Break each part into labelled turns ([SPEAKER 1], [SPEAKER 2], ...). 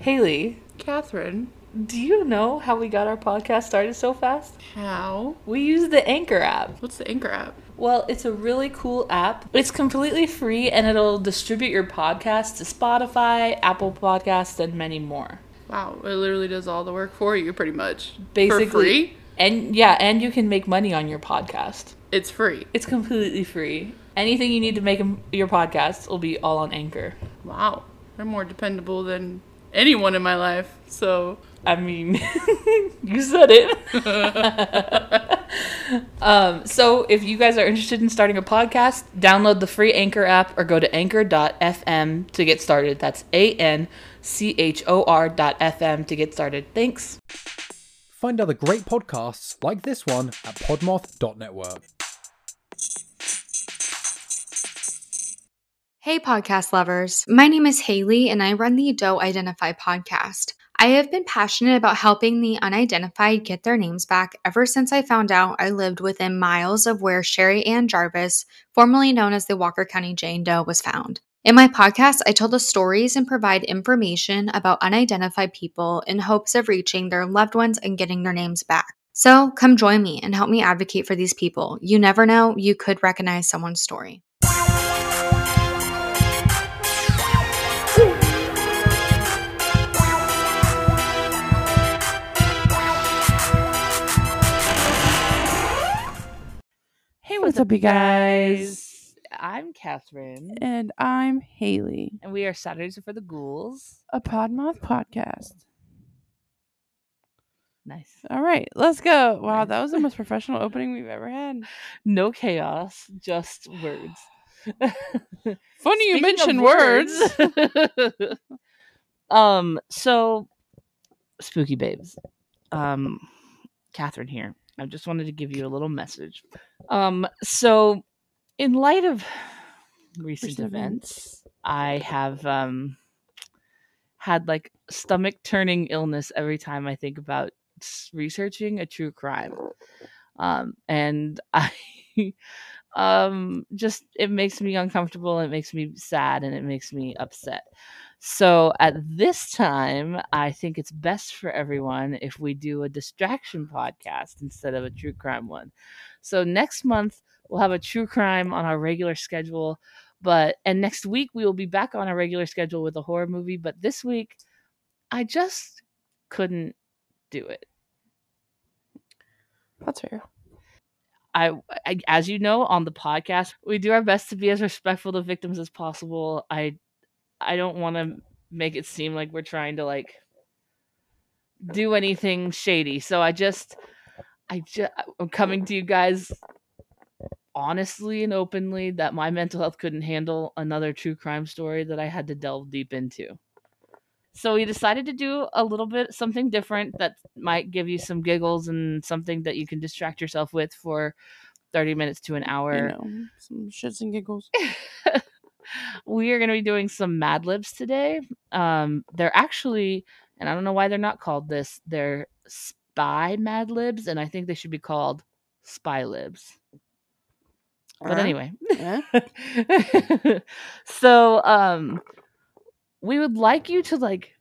[SPEAKER 1] Haley,
[SPEAKER 2] Catherine,
[SPEAKER 1] do you know how we got our podcast started so fast?
[SPEAKER 2] how?
[SPEAKER 1] We use the Anchor app.
[SPEAKER 2] What's the Anchor app?
[SPEAKER 1] Well, it's a really cool app. It's completely free and it'll distribute your podcast to Spotify, Apple Podcasts, and many more.
[SPEAKER 2] Wow, it literally does all the work for you, pretty much.
[SPEAKER 1] Basically,
[SPEAKER 2] for free.
[SPEAKER 1] and yeah, and you can make money on your podcast.
[SPEAKER 2] It's free.
[SPEAKER 1] It's completely free. Anything you need to make m- your podcast will be all on Anchor.
[SPEAKER 2] Wow, they're more dependable than anyone in my life. So
[SPEAKER 1] I mean, you said it. um, so, if you guys are interested in starting a podcast, download the free Anchor app or go to anchor.fm to get started. That's A N C H O R dot FM to get started. Thanks.
[SPEAKER 3] Find other great podcasts like this one at podmoth.network.
[SPEAKER 4] Hey, podcast lovers. My name is Haley, and I run the Doe Identify podcast. I have been passionate about helping the unidentified get their names back ever since I found out I lived within miles of where Sherry Ann Jarvis, formerly known as the Walker County Jane Doe, was found. In my podcast, I tell the stories and provide information about unidentified people in hopes of reaching their loved ones and getting their names back. So come join me and help me advocate for these people. You never know, you could recognize someone's story.
[SPEAKER 1] Hey,
[SPEAKER 5] what's up, you guys?
[SPEAKER 1] I'm Catherine,
[SPEAKER 5] And I'm Haley,
[SPEAKER 1] and we are Saturdays for the Ghouls.
[SPEAKER 5] a Podmoth podcast.
[SPEAKER 1] Nice.
[SPEAKER 5] All right, let's go. Wow, that was the most professional opening we've ever had.
[SPEAKER 1] No chaos, just words.
[SPEAKER 5] Funny you
[SPEAKER 1] Speaking
[SPEAKER 5] mentioned
[SPEAKER 1] of
[SPEAKER 5] words.
[SPEAKER 1] words. um, so spooky babes. Um Catherine here. I just wanted to give you a little message. Um, so in light of recent,
[SPEAKER 5] Recent
[SPEAKER 1] events,
[SPEAKER 5] events.
[SPEAKER 1] I have um had like stomach turning illness every time I think about s- researching a true crime. Um and I um just it makes me uncomfortable, it makes me sad and it makes me upset. So at this time, I think it's best for everyone if we do a distraction podcast instead of a true crime one. So next month we'll have a true crime on our regular schedule but and next week we will be back on our regular schedule with a horror movie but this week i just couldn't do it
[SPEAKER 5] That's fair.
[SPEAKER 1] I, I as you know on the podcast we do our best to be as respectful to victims as possible i i don't want to make it seem like we're trying to like do anything shady so i just i just i'm coming to you guys honestly and openly that my mental health couldn't handle another true crime story that i had to delve deep into so we decided to do a little bit something different that might give you some giggles and something that you can distract yourself with for 30 minutes to an hour
[SPEAKER 5] You know, some shits and giggles.
[SPEAKER 1] we are going to be doing some Mad Libs today. Um, they're actually, and I don't know why they're not called this. They're spy Mad Libs, and I think they should be called spy libs. But
[SPEAKER 5] Eh?
[SPEAKER 1] anyway,
[SPEAKER 5] Eh?
[SPEAKER 1] so um, we would like you to like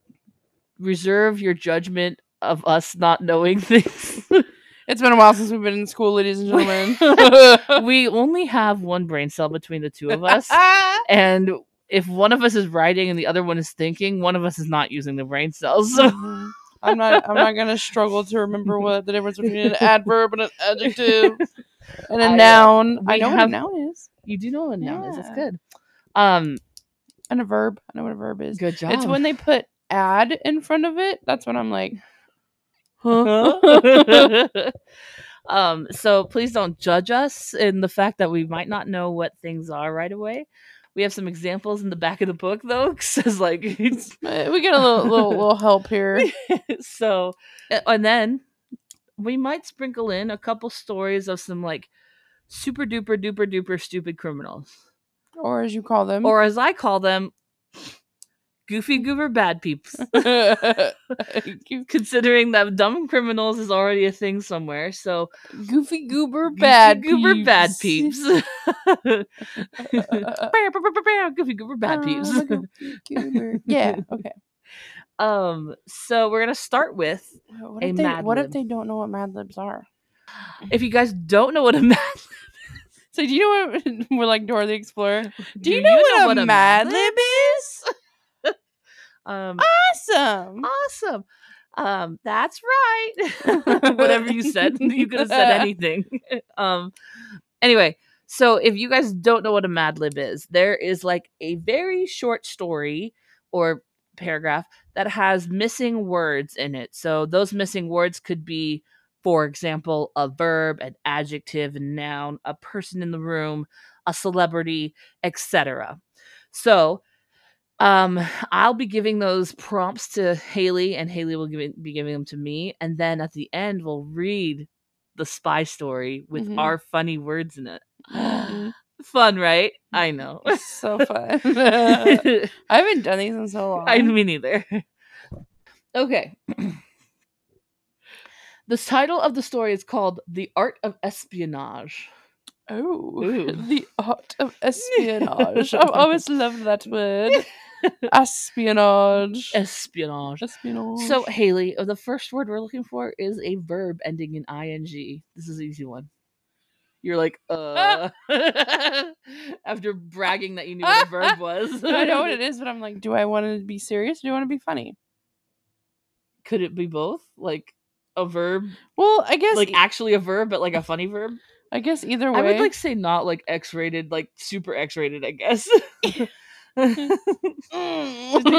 [SPEAKER 1] reserve your judgment of us not knowing things.
[SPEAKER 5] It's been a while since we've been in school, ladies and gentlemen.
[SPEAKER 1] we only have one brain cell between the two of us. and if one of us is writing and the other one is thinking, one of us is not using the brain cells. So
[SPEAKER 5] Mhm. I'm not. I'm not gonna struggle to remember what the difference between an adverb and an adjective and a
[SPEAKER 1] I, uh,
[SPEAKER 5] noun. I
[SPEAKER 1] we
[SPEAKER 5] know what a
[SPEAKER 1] have-
[SPEAKER 5] noun is
[SPEAKER 1] you do know what a noun is. That's
[SPEAKER 5] Yeah.
[SPEAKER 1] good. Um,
[SPEAKER 5] and a verb. I know what a verb is.
[SPEAKER 1] good job.
[SPEAKER 5] It's when they put "ad" in front of it. That's when I'm like, huh?
[SPEAKER 1] Huh? um, so please don't judge us in the fact that we might not know what things are right away. We have some examples in the back of the book, though. Says like,
[SPEAKER 5] Uh, we get a little, little, little help here.
[SPEAKER 1] so, a- and then we might sprinkle in a couple stories of some like super duper duper duper stupid criminals.
[SPEAKER 5] or as you call them.
[SPEAKER 1] or as I call them, goofy goober bad peeps.
[SPEAKER 5] Goof-
[SPEAKER 1] Considering that dumb criminals is already a thing somewhere, so
[SPEAKER 5] goofy goober
[SPEAKER 1] goofy
[SPEAKER 5] bad
[SPEAKER 1] goober bad
[SPEAKER 5] peeps.
[SPEAKER 1] peeps.
[SPEAKER 5] Uh,
[SPEAKER 1] Goofy goober bad
[SPEAKER 5] I'm
[SPEAKER 1] peeps.
[SPEAKER 5] Uh, a goofy goober. yeah. Okay.
[SPEAKER 1] Um, so we're gonna start with
[SPEAKER 5] What
[SPEAKER 1] A
[SPEAKER 5] if, they,
[SPEAKER 1] Mad
[SPEAKER 5] what if
[SPEAKER 1] Lib.
[SPEAKER 5] they don't know what Mad Libs are?
[SPEAKER 1] if you guys don't know what a mad
[SPEAKER 5] So do you know what we're like Dora the Explorer? Do,
[SPEAKER 1] Do
[SPEAKER 5] you know,
[SPEAKER 1] you
[SPEAKER 5] what,
[SPEAKER 1] know
[SPEAKER 5] a
[SPEAKER 1] what a
[SPEAKER 5] Mad
[SPEAKER 1] Mad
[SPEAKER 5] Lib is?
[SPEAKER 1] um
[SPEAKER 5] Awesome.
[SPEAKER 1] awesome. Um, that's right. Whatever you said, you could have said anything. um, anyway, so if you guys don't know what a Mad Lib is, there is like a very short story or paragraph that has missing words in it. So those missing words could be, for example, a verb, an adjective, a noun, a person in the room, a celebrity, etc. So um, I'll be giving those prompts to Haley, and Haley will give it- be giving them to me. And then at the end, we'll read the spy story with
[SPEAKER 5] Mhm.
[SPEAKER 1] our funny words in it.
[SPEAKER 5] Mhm.
[SPEAKER 1] Fun, right? I know.
[SPEAKER 5] It's so fun. I haven't done these in so long.
[SPEAKER 1] I me neither. Okay. the title of the story is called "The Art of Espionage."
[SPEAKER 5] Oh,
[SPEAKER 1] Ooh.
[SPEAKER 5] the art of espionage. I've always loved that word. Espionage.
[SPEAKER 1] Espionage.
[SPEAKER 5] espionage.
[SPEAKER 1] So, Haley, uh, the first word we're looking for is a verb ending in ing. This is an easy one. You're like, uh, after bragging that you knew what a verb was.
[SPEAKER 5] I know what it is, but I'm like, do I want to be serious? Or do I want to be funny?
[SPEAKER 1] Could it be both? Like a verb,
[SPEAKER 5] Well, I guess. e-
[SPEAKER 1] like actually a verb, but like a funny verb?
[SPEAKER 5] I guess either way.
[SPEAKER 1] I would like say not like X rated, like super X rated, I guess. Just in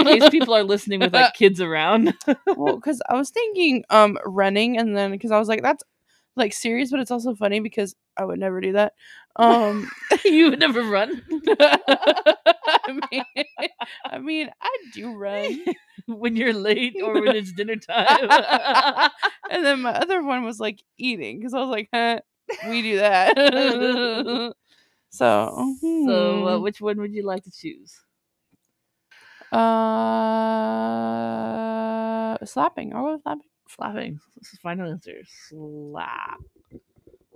[SPEAKER 1] case people are listening with like kids around.
[SPEAKER 5] well, because I was thinking, um, running, and then because I was like, that's like serious, but it's also funny because I would never do that. Um,
[SPEAKER 1] you would never run
[SPEAKER 5] I mean, I mean, I do run.
[SPEAKER 1] when you're late or when it's dinner time.
[SPEAKER 5] And then my other one was like eating because I was like, huh, we do that. so,
[SPEAKER 1] so, uh,
[SPEAKER 5] hmm.
[SPEAKER 1] which one would you like to choose?
[SPEAKER 5] Uh, slapping. I'll go with slapping.
[SPEAKER 1] Slapping. This is final answer.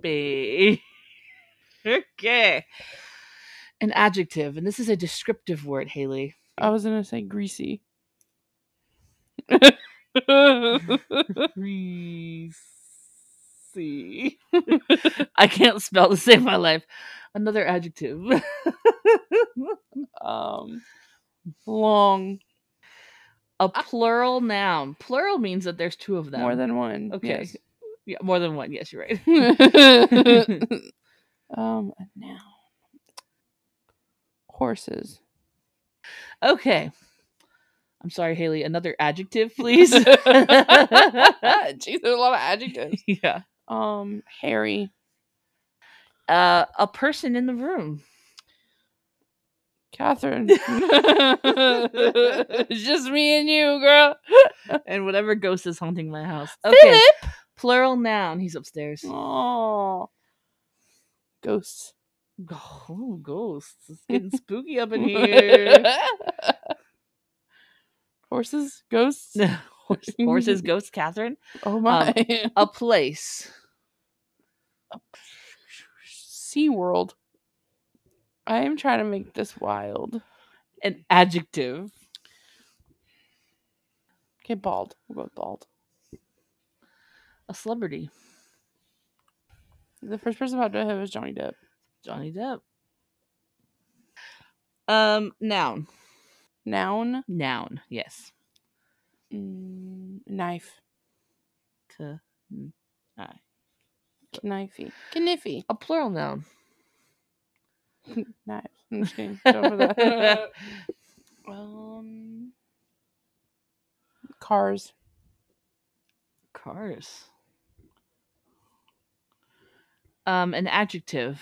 [SPEAKER 1] Slappy. okay. An adjective, and this is a descriptive word, Haley.
[SPEAKER 5] I was gonna say greasy.
[SPEAKER 1] greasy. I can't spell to save my life. Another adjective.
[SPEAKER 5] um, long.
[SPEAKER 1] a plural noun. Plural means that there's two of them.
[SPEAKER 5] More than one.
[SPEAKER 1] Okay. Yeah, more than one. Yes, you're right.
[SPEAKER 5] yes. um, and now horses.
[SPEAKER 1] okay. I'm sorry, Haley. Another adjective, please.
[SPEAKER 5] Jeez, there's a lot of adjectives.
[SPEAKER 1] yeah.
[SPEAKER 5] Um, hairy.
[SPEAKER 1] Uh, a person in the room.
[SPEAKER 5] Catherine. it's just me and you, girl.
[SPEAKER 1] And whatever ghost is haunting my house. Okay.
[SPEAKER 5] Okay.
[SPEAKER 1] Plural noun. He's upstairs.
[SPEAKER 5] Oh, ghosts.
[SPEAKER 1] Oh, ghosts. It's getting spooky up in here.
[SPEAKER 5] Horses, ghosts.
[SPEAKER 1] Horse- Horses, ghosts, Catherine.
[SPEAKER 5] Oh my!
[SPEAKER 1] A place.
[SPEAKER 5] Um, Sea World. I am trying to make this wild.
[SPEAKER 1] An adjective.
[SPEAKER 5] Okay, bald. We'll go with bald.
[SPEAKER 1] A celebrity.
[SPEAKER 5] The first person I thought of was Johnny Depp.
[SPEAKER 1] Johnny Depp. Um, noun.
[SPEAKER 5] Noun.
[SPEAKER 1] Noun. Yes.
[SPEAKER 5] Mm, knife.
[SPEAKER 1] K-
[SPEAKER 5] Knifey. Kniffy.
[SPEAKER 1] A plural noun.
[SPEAKER 5] Knives. I'm just kidding. Don't do that. um, cars.
[SPEAKER 1] Cars. Um, an adjective.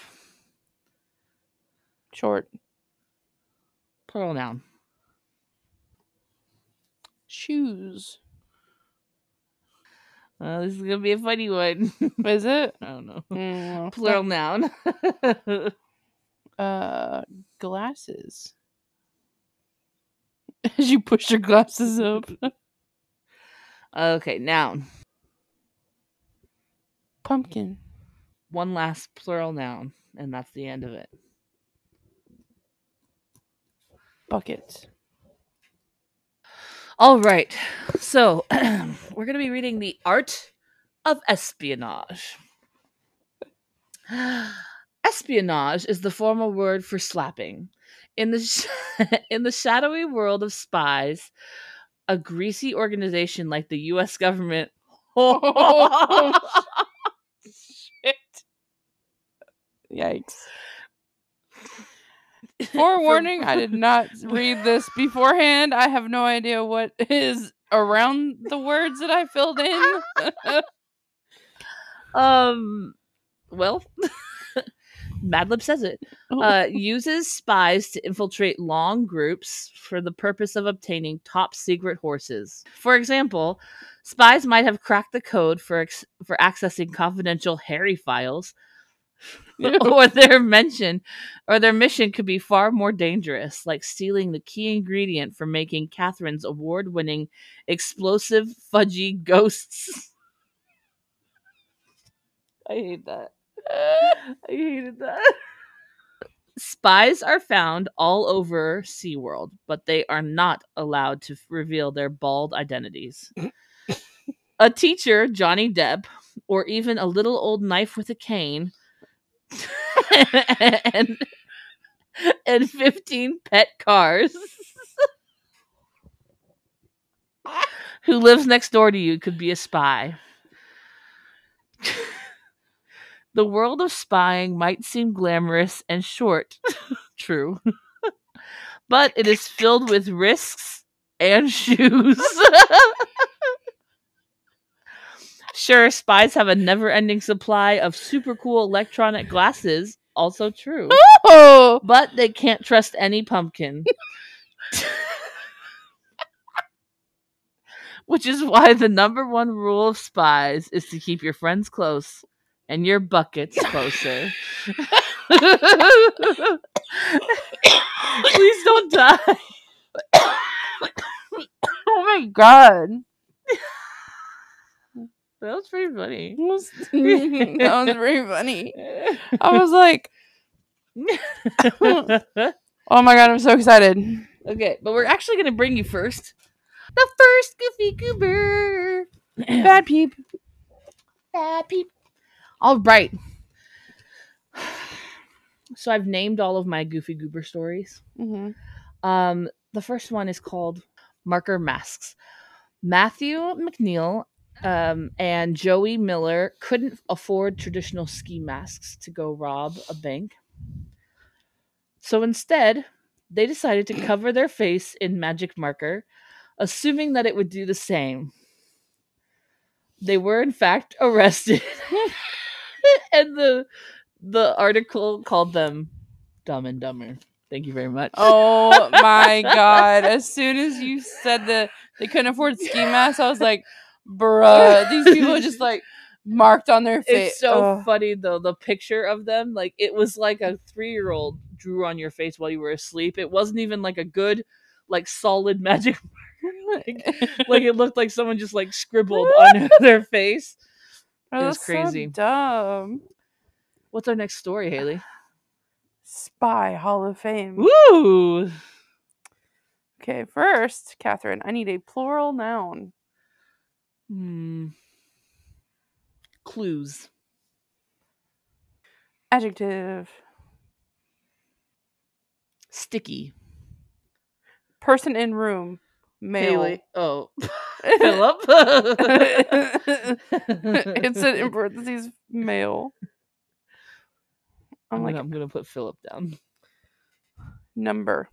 [SPEAKER 5] Short.
[SPEAKER 1] Plural noun.
[SPEAKER 5] Shoes.
[SPEAKER 1] Uh, this is gonna be a funny one.
[SPEAKER 5] Is it?
[SPEAKER 1] I don't know.
[SPEAKER 5] Mm,
[SPEAKER 1] Plural noun.
[SPEAKER 5] uh glasses as you push your glasses up
[SPEAKER 1] okay, noun.
[SPEAKER 5] pumpkin
[SPEAKER 1] One last plural noun, and that's the end of it.
[SPEAKER 5] bucket
[SPEAKER 1] All right. So we're going to be reading The Art of Espionage. Espionage is the formal word for slapping. In the sh- in the shadowy world of spies, a greasy organization like the U.S. government.
[SPEAKER 5] Shit. Yikes. Forewarning, I did not read this beforehand. I have no idea what is around the words that I filled in.
[SPEAKER 1] Um, well, Madlib says it.
[SPEAKER 5] Oh,
[SPEAKER 1] Uh, uses spies to infiltrate long groups for the purpose of obtaining top secret horses. For example, spies might have cracked the code for ex- for accessing confidential Harry files, or their mention or their mission could be far more dangerous, like stealing the key ingredient for making Catherine's award-winning explosive fudgy ghosts. I hate that. I hated that. Spies are found all over SeaWorld, but they are not allowed to f- reveal their bald identities. a teacher, Johnny Depp, or even a little old knife with a cane, and, and 15 pet cars who lives next door to you could be a spy. The world of spying might seem glamorous and short, true, but it is filled with risks and shoes. sure, spies have a never ending supply of super cool electronic glasses, also true,
[SPEAKER 5] oh,
[SPEAKER 1] but they can't trust any pumpkin. Which is why the number one rule of spies is to keep your friends close and your buckets closer. Please don't die.
[SPEAKER 5] oh my god.
[SPEAKER 1] That was pretty funny.
[SPEAKER 5] That was very funny. I was like, oh my god, I'm so excited.
[SPEAKER 1] okay, but we're actually going to bring you first the first Goofy Goober.
[SPEAKER 5] Bad peep.
[SPEAKER 1] Bad peep. All right. So I've named all of my Goofy Goober stories.
[SPEAKER 5] Mm-hmm.
[SPEAKER 1] Um, the first one is called Marker Masks. Matthew McNeil um, and Joey Miller couldn't afford traditional ski masks to go rob a bank. So instead, they decided to cover their face in magic marker, assuming that it would do the same. They were in fact arrested, and the the article called them dumb and dumber. Thank you very much.
[SPEAKER 5] Oh my god. As soon as you said that they couldn't afford ski masks, I was like, bruh, these people just like marked on their face.
[SPEAKER 1] It's so funny though the picture of them like it was like a 3-year-old drew on your face while you were asleep. It wasn't even like a good like solid magic marker.
[SPEAKER 5] Oh.
[SPEAKER 1] like, like it looked like someone just like scribbled on their face.
[SPEAKER 5] Bro,
[SPEAKER 1] it was
[SPEAKER 5] that's so
[SPEAKER 1] crazy.
[SPEAKER 5] dumb.
[SPEAKER 1] What's our next story, Haley?
[SPEAKER 5] Spy Hall of Fame.
[SPEAKER 1] Woo!
[SPEAKER 5] Okay, first, Catherine, I need a plural noun.
[SPEAKER 1] Hmm. Clues.
[SPEAKER 5] Adjective.
[SPEAKER 1] Sticky.
[SPEAKER 5] Person in room. Male.
[SPEAKER 1] Haley. Oh.
[SPEAKER 5] it's
[SPEAKER 1] Philip.
[SPEAKER 5] an in parentheses male. I'm
[SPEAKER 1] I'm,
[SPEAKER 5] like
[SPEAKER 1] gonna, I'm gonna put Philip down.
[SPEAKER 5] number.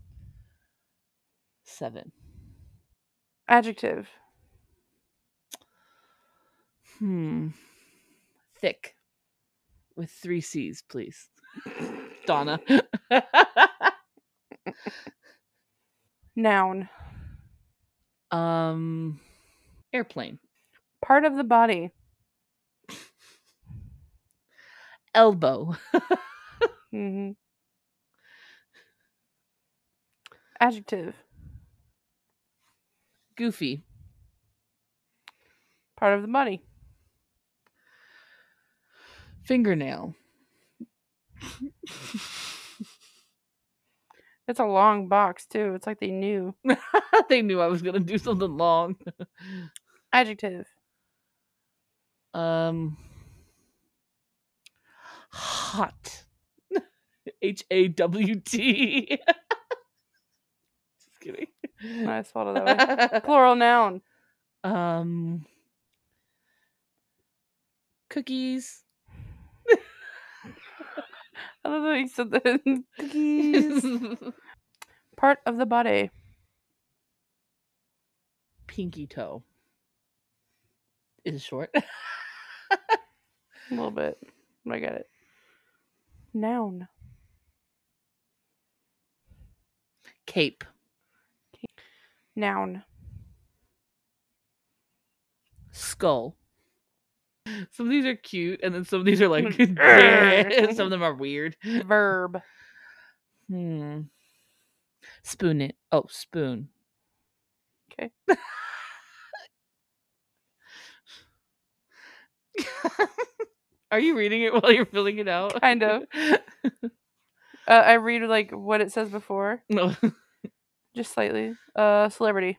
[SPEAKER 1] Seven.
[SPEAKER 5] Adjective.
[SPEAKER 1] Hmm. Thick. With three C's, please. Donna.
[SPEAKER 5] Noun.
[SPEAKER 1] um airplane.
[SPEAKER 5] Part of the body.
[SPEAKER 1] Elbow.
[SPEAKER 5] hmm Adjective.
[SPEAKER 1] Goofy.
[SPEAKER 5] Part of the body.
[SPEAKER 1] Fingernail.
[SPEAKER 5] It's a long box too. It's like they knew.
[SPEAKER 1] they knew I was gonna do something long.
[SPEAKER 5] Adjective.
[SPEAKER 1] Um, hot. H A W T. Just kidding.
[SPEAKER 5] I swallowed that way. Plural noun.
[SPEAKER 1] um, cookies.
[SPEAKER 5] I love how you said that. Cookies. Part of the body.
[SPEAKER 1] Pinky toe. Is short.
[SPEAKER 5] A little bit. I got it. Noun.
[SPEAKER 1] Cape.
[SPEAKER 5] Noun.
[SPEAKER 1] Skull. Some of these are cute, and then some of these are like,
[SPEAKER 5] Mm.
[SPEAKER 1] "Bleh," some of them are weird.
[SPEAKER 5] Verb.
[SPEAKER 1] Hmm. Spoon it. Oh, spoon.
[SPEAKER 5] 'Kay.
[SPEAKER 1] Are you reading it while you're filling it out?
[SPEAKER 5] Kind of. Uh, I read like what it says before,
[SPEAKER 1] no.
[SPEAKER 5] just slightly. Uh, celebrity.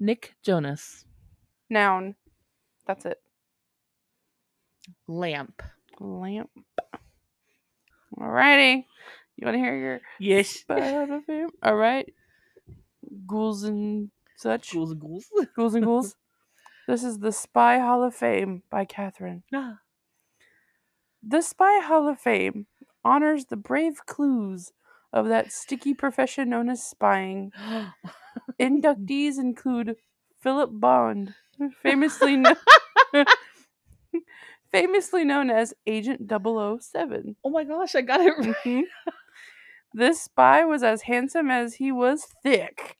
[SPEAKER 1] Nick Jonas.
[SPEAKER 5] Noun. That's it.
[SPEAKER 1] Lamp.
[SPEAKER 5] Lamp. Alrighty. You want to hear your
[SPEAKER 1] Yes.
[SPEAKER 5] Spider-Man? All right. Ghouls and such.
[SPEAKER 1] Ghouls and ghouls.
[SPEAKER 5] Ghouls and Ghouls. this is The Spy Hall of Fame by Catherine.
[SPEAKER 1] Ah.
[SPEAKER 5] The Spy Hall of Fame honors the brave clues of that sticky profession known as spying. Inductees include Philip Bond, famously kno- famously known as Agent 007.
[SPEAKER 1] oh my gosh, I got it right.
[SPEAKER 5] Mhm. This spy was as handsome as he was thick.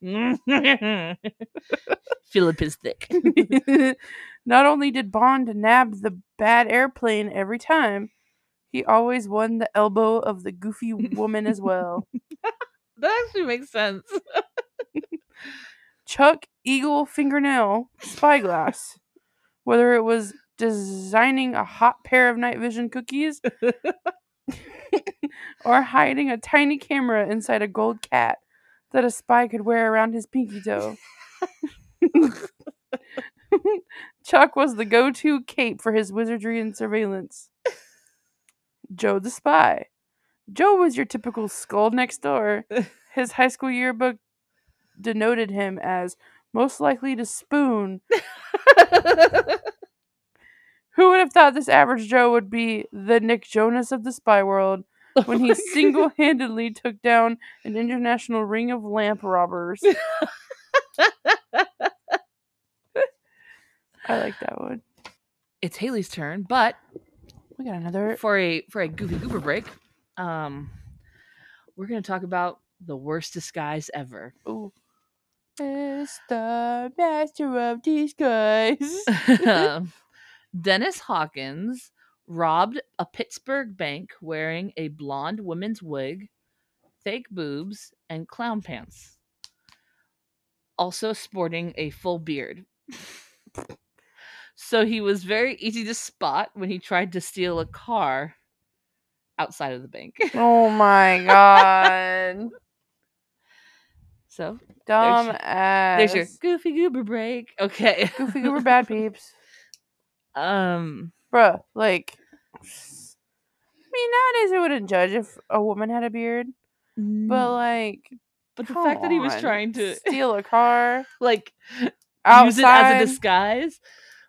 [SPEAKER 1] Philip is thick.
[SPEAKER 5] Not only did Bond nab the bad airplane every time, he always won the elbow of the goofy woman as well.
[SPEAKER 1] That actually makes sense.
[SPEAKER 5] Chuck Eagle Fingernail Spyglass. Whether it was designing a hot pair of night vision cookies or hiding a tiny camera inside a gold cat that a spy could wear around his pinky toe. Chuck was the go to cape for his wizardry and surveillance. Joe the spy. Joe was your typical skull next door. His high school yearbook denoted him as most likely to spoon. Who would have thought this average Joe would be the Nick Jonas of the spy world when he single handedly took down an international ring of lamp robbers? I like that one.
[SPEAKER 1] It's Haley's turn, but
[SPEAKER 5] We got another.
[SPEAKER 1] for a for a goofy goober break, um, we're gonna talk about the worst disguise ever.
[SPEAKER 5] Ooh. It's the master of disguise.
[SPEAKER 1] Um, Dennis Hawkins robbed a Pittsburgh bank wearing a blonde woman's wig, fake boobs, and clown pants. Also sporting a full beard. so he was very easy to spot when he tried to steal a car outside of the bank.
[SPEAKER 5] oh my god.
[SPEAKER 1] So
[SPEAKER 5] Dumb
[SPEAKER 1] your-
[SPEAKER 5] ass.
[SPEAKER 1] there's your goofy goober break. Okay.
[SPEAKER 5] Goofy Goober Bad Peeps.
[SPEAKER 1] Um
[SPEAKER 5] Bruh, like. I mean, nowadays I wouldn't judge if a woman had a beard, but
[SPEAKER 1] but,
[SPEAKER 5] like.
[SPEAKER 1] Mm. but the
[SPEAKER 5] come
[SPEAKER 1] fact that he was
[SPEAKER 5] on,
[SPEAKER 1] trying to
[SPEAKER 5] steal a car
[SPEAKER 1] like
[SPEAKER 5] outside.
[SPEAKER 1] use it as a disguise.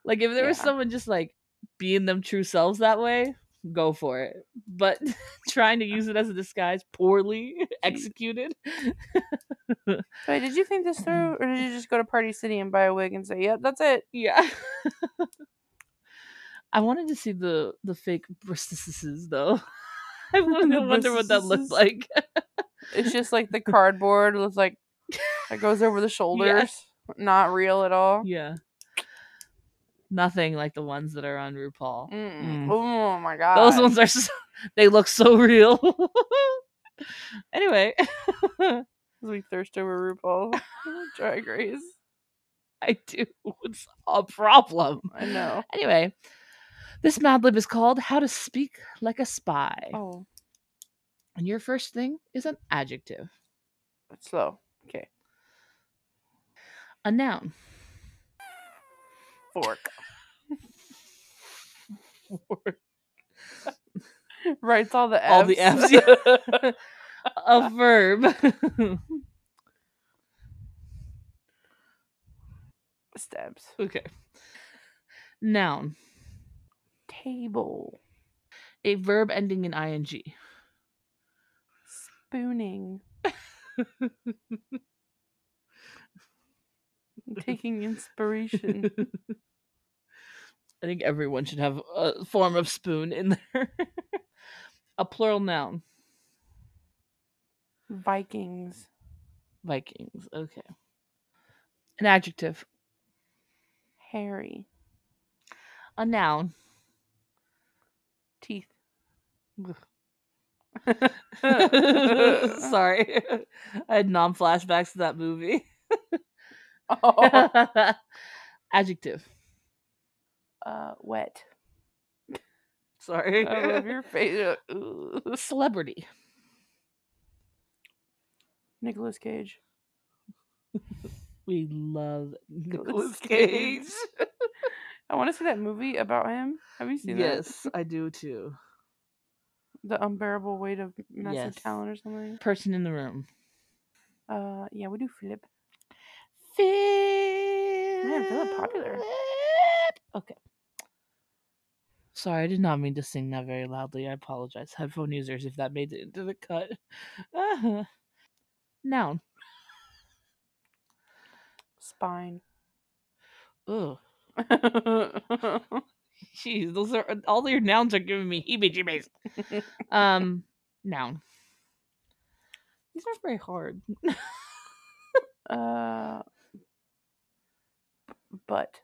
[SPEAKER 1] Like if there was
[SPEAKER 5] Yeah.
[SPEAKER 1] someone just like being them true selves that way, go for it. But trying to use it as a disguise poorly
[SPEAKER 5] Mm.
[SPEAKER 1] executed.
[SPEAKER 5] Wait, did you think this through, or did you just go to Party City and buy a wig and say, "Yep, that's it"?
[SPEAKER 1] Yeah. I wanted to see the the fake breastises though. I wanted to
[SPEAKER 5] The
[SPEAKER 1] wonder what that looked
[SPEAKER 5] breastises.
[SPEAKER 1] like.
[SPEAKER 5] It's just like the cardboard with like that goes over the shoulders. Not real at all.
[SPEAKER 1] yeah. Nothing like the ones that are on RuPaul.
[SPEAKER 5] Mm.
[SPEAKER 1] Mm.
[SPEAKER 5] Oh my god.
[SPEAKER 1] Those ones are so, they look so real. anyway,
[SPEAKER 5] we thirst over RuPaul. Drag Race.
[SPEAKER 1] I do. It's a problem.
[SPEAKER 5] I know.
[SPEAKER 1] Anyway, Oh. this Mad Lib is called How to Speak Like a Spy.
[SPEAKER 5] Oh,
[SPEAKER 1] And your first thing is an adjective,
[SPEAKER 5] Slow. Okay.
[SPEAKER 1] a noun.
[SPEAKER 5] Fork. Writes all the F's.
[SPEAKER 1] All the Fs. a verb.
[SPEAKER 5] Steps.
[SPEAKER 1] okay. Noun.
[SPEAKER 5] Table.
[SPEAKER 1] A verb ending in ing.
[SPEAKER 5] Spooning. Taking inspiration.
[SPEAKER 1] I think everyone should have a form of spoon in there. a plural noun.
[SPEAKER 5] Vikings.
[SPEAKER 1] Vikings. Okay. An adjective.
[SPEAKER 5] Harry.
[SPEAKER 1] A noun.
[SPEAKER 5] Teeth.
[SPEAKER 1] Sorry. I had non flashbacks to that movie.
[SPEAKER 5] Oh,
[SPEAKER 1] adjective.
[SPEAKER 5] uh, wet.
[SPEAKER 1] Sorry.
[SPEAKER 5] I love your face. Ugh.
[SPEAKER 1] Celebrity.
[SPEAKER 5] Nicolas Cage.
[SPEAKER 1] We love Nicolas
[SPEAKER 5] Nicolas
[SPEAKER 1] Cage.
[SPEAKER 5] Cage. I want to see that movie about him. Have you seen that?
[SPEAKER 1] yes, I do too.
[SPEAKER 5] The unbearable weight of massive
[SPEAKER 1] Yes.
[SPEAKER 5] talent or something.
[SPEAKER 1] Person in the room.
[SPEAKER 5] Uh, yeah, we do Philip.
[SPEAKER 1] Philip.
[SPEAKER 5] Philip popular.
[SPEAKER 1] Okay. Sorry, I did not mean to sing that very loudly. I apologize, headphone users, if that made it into the cut. Uh-huh. Noun.
[SPEAKER 5] Spine.
[SPEAKER 1] Ugh.
[SPEAKER 5] Heebie
[SPEAKER 1] Jeez, those are all your nouns are giving me heebie-jeebies. um, noun. These aren't very hard.
[SPEAKER 5] Uh, b- butt.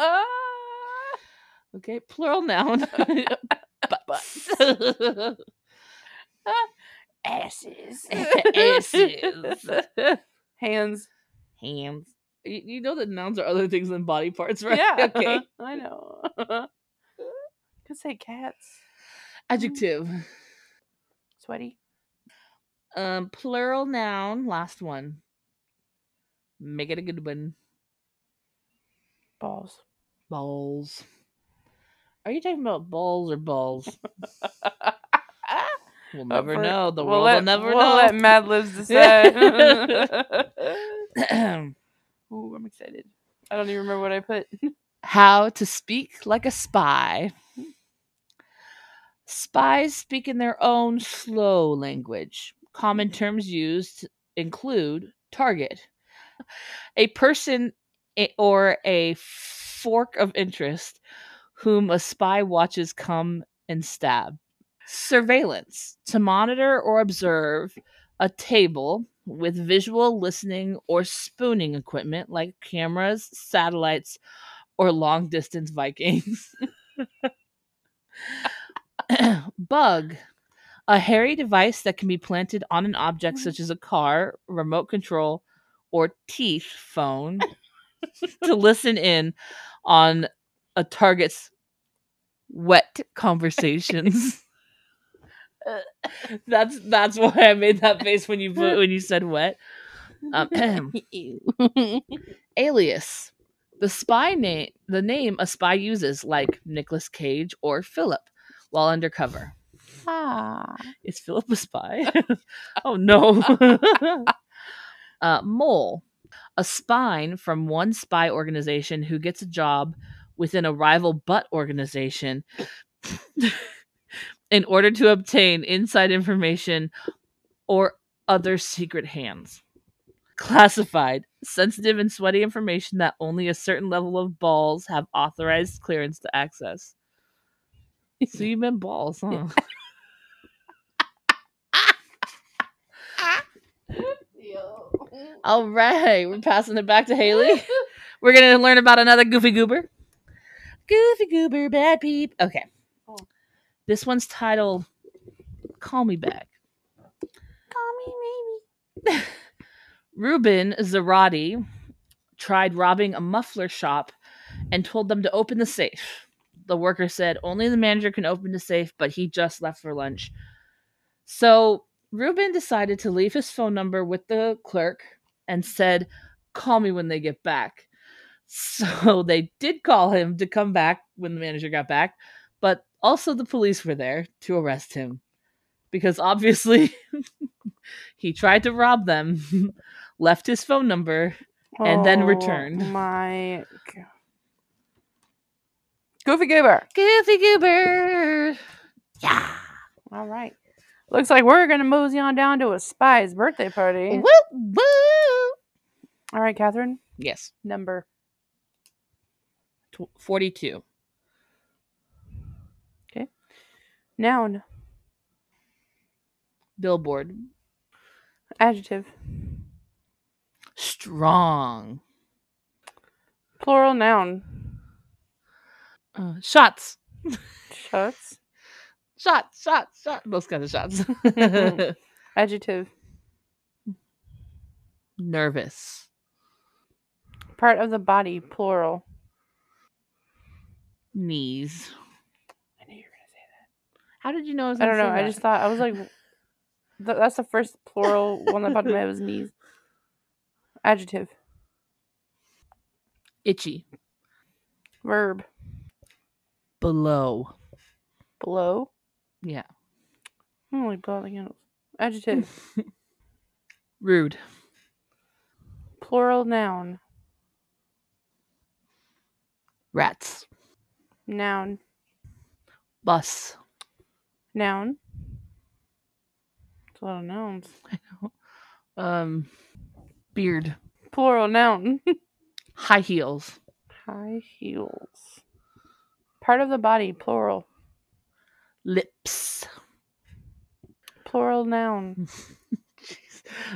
[SPEAKER 1] Okay, plural noun. but.
[SPEAKER 5] Asses.
[SPEAKER 1] Asses.
[SPEAKER 5] Hands.
[SPEAKER 1] Hands. You, you know that nouns are other things than body parts, right?
[SPEAKER 5] Yeah.
[SPEAKER 1] Okay.
[SPEAKER 5] I know. Could say cats.
[SPEAKER 1] Adjective.
[SPEAKER 5] Sweaty.
[SPEAKER 1] Um, plural noun. Last one. Make it a good one.
[SPEAKER 5] Balls.
[SPEAKER 1] Balls. Are you talking about balls or balls? We'll
[SPEAKER 5] Up
[SPEAKER 1] never
[SPEAKER 5] for-
[SPEAKER 1] know. The
[SPEAKER 5] we'll
[SPEAKER 1] world
[SPEAKER 5] let,
[SPEAKER 1] will never
[SPEAKER 5] we'll
[SPEAKER 1] know.
[SPEAKER 5] let Mad Libs decide. Ooh, I'm excited. I don't even remember what I put.
[SPEAKER 1] How to speak like a spy. Spies speak in their own slow language. Common terms used include target, a person i- or a fork of interest whom a spy watches come and stab. Surveillance, to monitor or observe a table with visual listening or spooning equipment like cameras, satellites, or long distance Vikings. Bug, a hairy device that can be planted on an object such as a car, remote control, or teeth phone to listen in on a target's wet conversations. that's that's why I made that face when you put, when you said wet. Um, alias the spy name the name a spy uses like Nicolas Cage or Philip while undercover.
[SPEAKER 5] ah.
[SPEAKER 1] Is Philip a spy? oh no. uh, mole, a spine from one spy organization who gets a job within a rival butt organization in order to obtain inside information or other secret hands. Classified, sensitive and sweaty information that only a certain level of balls have authorized clearance to access. So you meant balls, huh? All right, we're passing it back to Haley. We're gonna learn about another goofy goober. Goofy goober, bad peep. Okay.
[SPEAKER 5] Oh.
[SPEAKER 1] This one's titled Call Me Back. Call me maybe. Ruben Zarati tried robbing a muffler shop and told them to open the safe. the worker said only the manager can open the safe, but he just left for lunch. So Ruben decided to leave his phone number with the clerk and said, Call me when they get back. So they did call him to come back when the manager got back, but also the police were there to arrest him because obviously he tried to rob them, left his phone number. And then returned.
[SPEAKER 5] Oh My God. Goofy Goober.
[SPEAKER 1] Goofy Goober! Yeah!
[SPEAKER 5] All right. Looks like we're gonna mosey on down to a spy's birthday party.
[SPEAKER 1] Woo! Woo!
[SPEAKER 5] All right, Catherine.
[SPEAKER 1] Yes.
[SPEAKER 5] Number.
[SPEAKER 1] Tw 42.
[SPEAKER 5] Noun.
[SPEAKER 1] Billboard.
[SPEAKER 5] Adjective.
[SPEAKER 1] Strong.
[SPEAKER 5] Plural noun.
[SPEAKER 1] Uh, shots.
[SPEAKER 5] Shuts.
[SPEAKER 1] Shots, shots, shots. Those kinds of shots.
[SPEAKER 5] Mhm. Adjective.
[SPEAKER 1] Nervous.
[SPEAKER 5] Part of the body. Plural.
[SPEAKER 1] Knees.
[SPEAKER 5] I knew you were gonna say
[SPEAKER 1] How did you know I was
[SPEAKER 5] I
[SPEAKER 1] gonna
[SPEAKER 5] don't know.
[SPEAKER 1] say
[SPEAKER 5] I
[SPEAKER 1] that?
[SPEAKER 5] just thought I was like, th- that's the first plural one that popped in my head was knees. Adjective,
[SPEAKER 1] Itchy.
[SPEAKER 5] verb,
[SPEAKER 1] Below.
[SPEAKER 5] blow.
[SPEAKER 1] Yeah.
[SPEAKER 5] I'm like blow out the candles. Adjective,
[SPEAKER 1] Rude.
[SPEAKER 5] plural noun,
[SPEAKER 1] Rats.
[SPEAKER 5] noun,
[SPEAKER 1] Bus.
[SPEAKER 5] noun. It's a lot of nouns.
[SPEAKER 1] Um, beard.
[SPEAKER 5] Plural noun.
[SPEAKER 1] High heels.
[SPEAKER 5] High heels. Part of the body. Plural.
[SPEAKER 1] Lips.
[SPEAKER 5] Plural noun.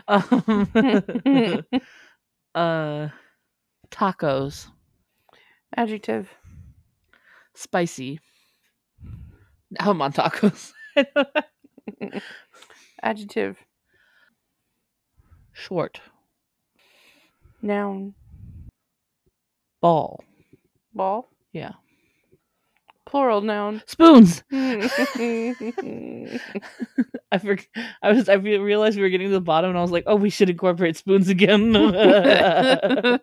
[SPEAKER 1] Jeez. Um, uh, tacos.
[SPEAKER 5] Adjective.
[SPEAKER 1] Spicy. Now I'm on tacos.
[SPEAKER 5] Adjective.
[SPEAKER 1] Short.
[SPEAKER 5] Noun.
[SPEAKER 1] Ball.
[SPEAKER 5] Ball.
[SPEAKER 1] Yeah.
[SPEAKER 5] Plural noun.
[SPEAKER 1] Spoons.
[SPEAKER 5] Adjective.
[SPEAKER 1] I forg I was. I re- realized we were getting to the bottom, and I was like, "Oh, we should incorporate spoons again." All
[SPEAKER 5] I think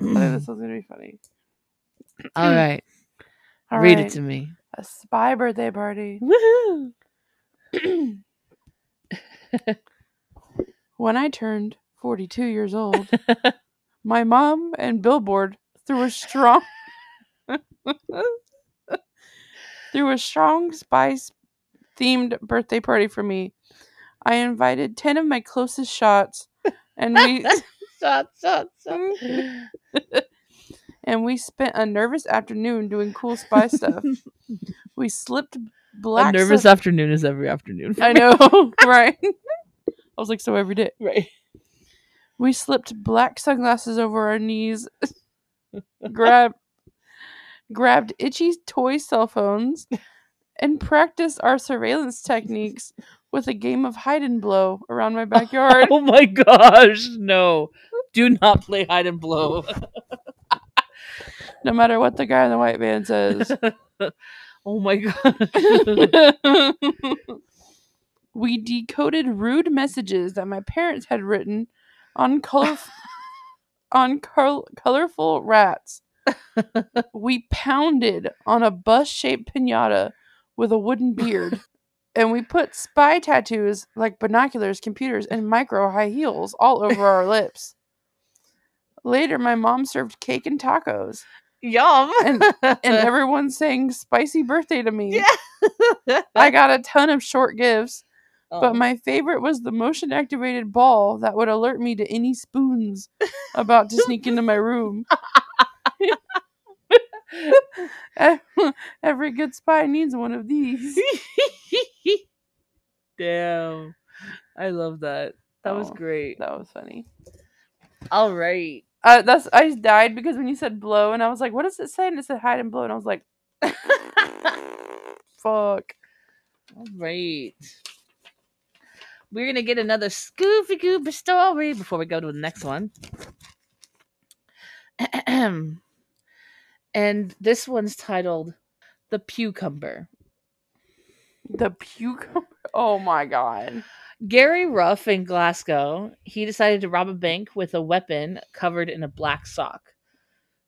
[SPEAKER 5] this was gonna be funny.
[SPEAKER 1] right.
[SPEAKER 5] All
[SPEAKER 1] Read it
[SPEAKER 5] right,
[SPEAKER 1] to me.
[SPEAKER 5] a spy birthday party.
[SPEAKER 1] Woohoo!
[SPEAKER 5] When I turned 42 years old, my mom and Billboard threw a strong threw a strong spice themed birthday party for me. I invited 10 of my closest shots and we
[SPEAKER 1] Shots, shots, shots.
[SPEAKER 5] and we spent a nervous afternoon doing cool spy stuff. We slipped
[SPEAKER 1] A
[SPEAKER 5] black
[SPEAKER 1] nervous
[SPEAKER 5] sep-
[SPEAKER 1] afternoon is every afternoon.
[SPEAKER 5] I know, right? I was like, so every day.
[SPEAKER 1] Right.
[SPEAKER 5] We slipped black sunglasses over our knees, grab, grabbed itchy toy cell phones, and practiced our surveillance techniques with a game of hide and blow around my backyard.
[SPEAKER 1] Oh my gosh, no. Do not play hide and blow.
[SPEAKER 5] no matter what the guy in the white van says.
[SPEAKER 1] oh my gosh.
[SPEAKER 5] we decoded rude messages that my parents had written on color on col- colorful rats. we pounded on a bus-shaped piñata with a wooden beard. And we put spy tattoos like binoculars, computers, and micro high heels all over our lips. Later, my mom served cake and tacos,
[SPEAKER 1] Yum.
[SPEAKER 5] and, and everyone sang spicy birthday to me.
[SPEAKER 1] Yeah.
[SPEAKER 5] I got a ton of short gifts,
[SPEAKER 1] Oh.
[SPEAKER 5] but my favorite was the motion activated ball that would alert me to any spoons about to sneak into my room. Every good spy needs one of these.
[SPEAKER 1] Damn. I love that. That was
[SPEAKER 5] Oh.
[SPEAKER 1] great.
[SPEAKER 5] That was funny.
[SPEAKER 1] All right.
[SPEAKER 5] Uh, that's I died because when you said blow, and I was like, "What does it say?" And it said hide and blow, and I was like, "Fuck."
[SPEAKER 1] All right. We're going to get another Scooby Goober story before we go to the next one. and And this one's titled The Cucumber.
[SPEAKER 5] The cucumber. Oh my god.
[SPEAKER 1] Gary Ruff in Glasgow, he decided to rob a bank with a weapon covered in a black sock.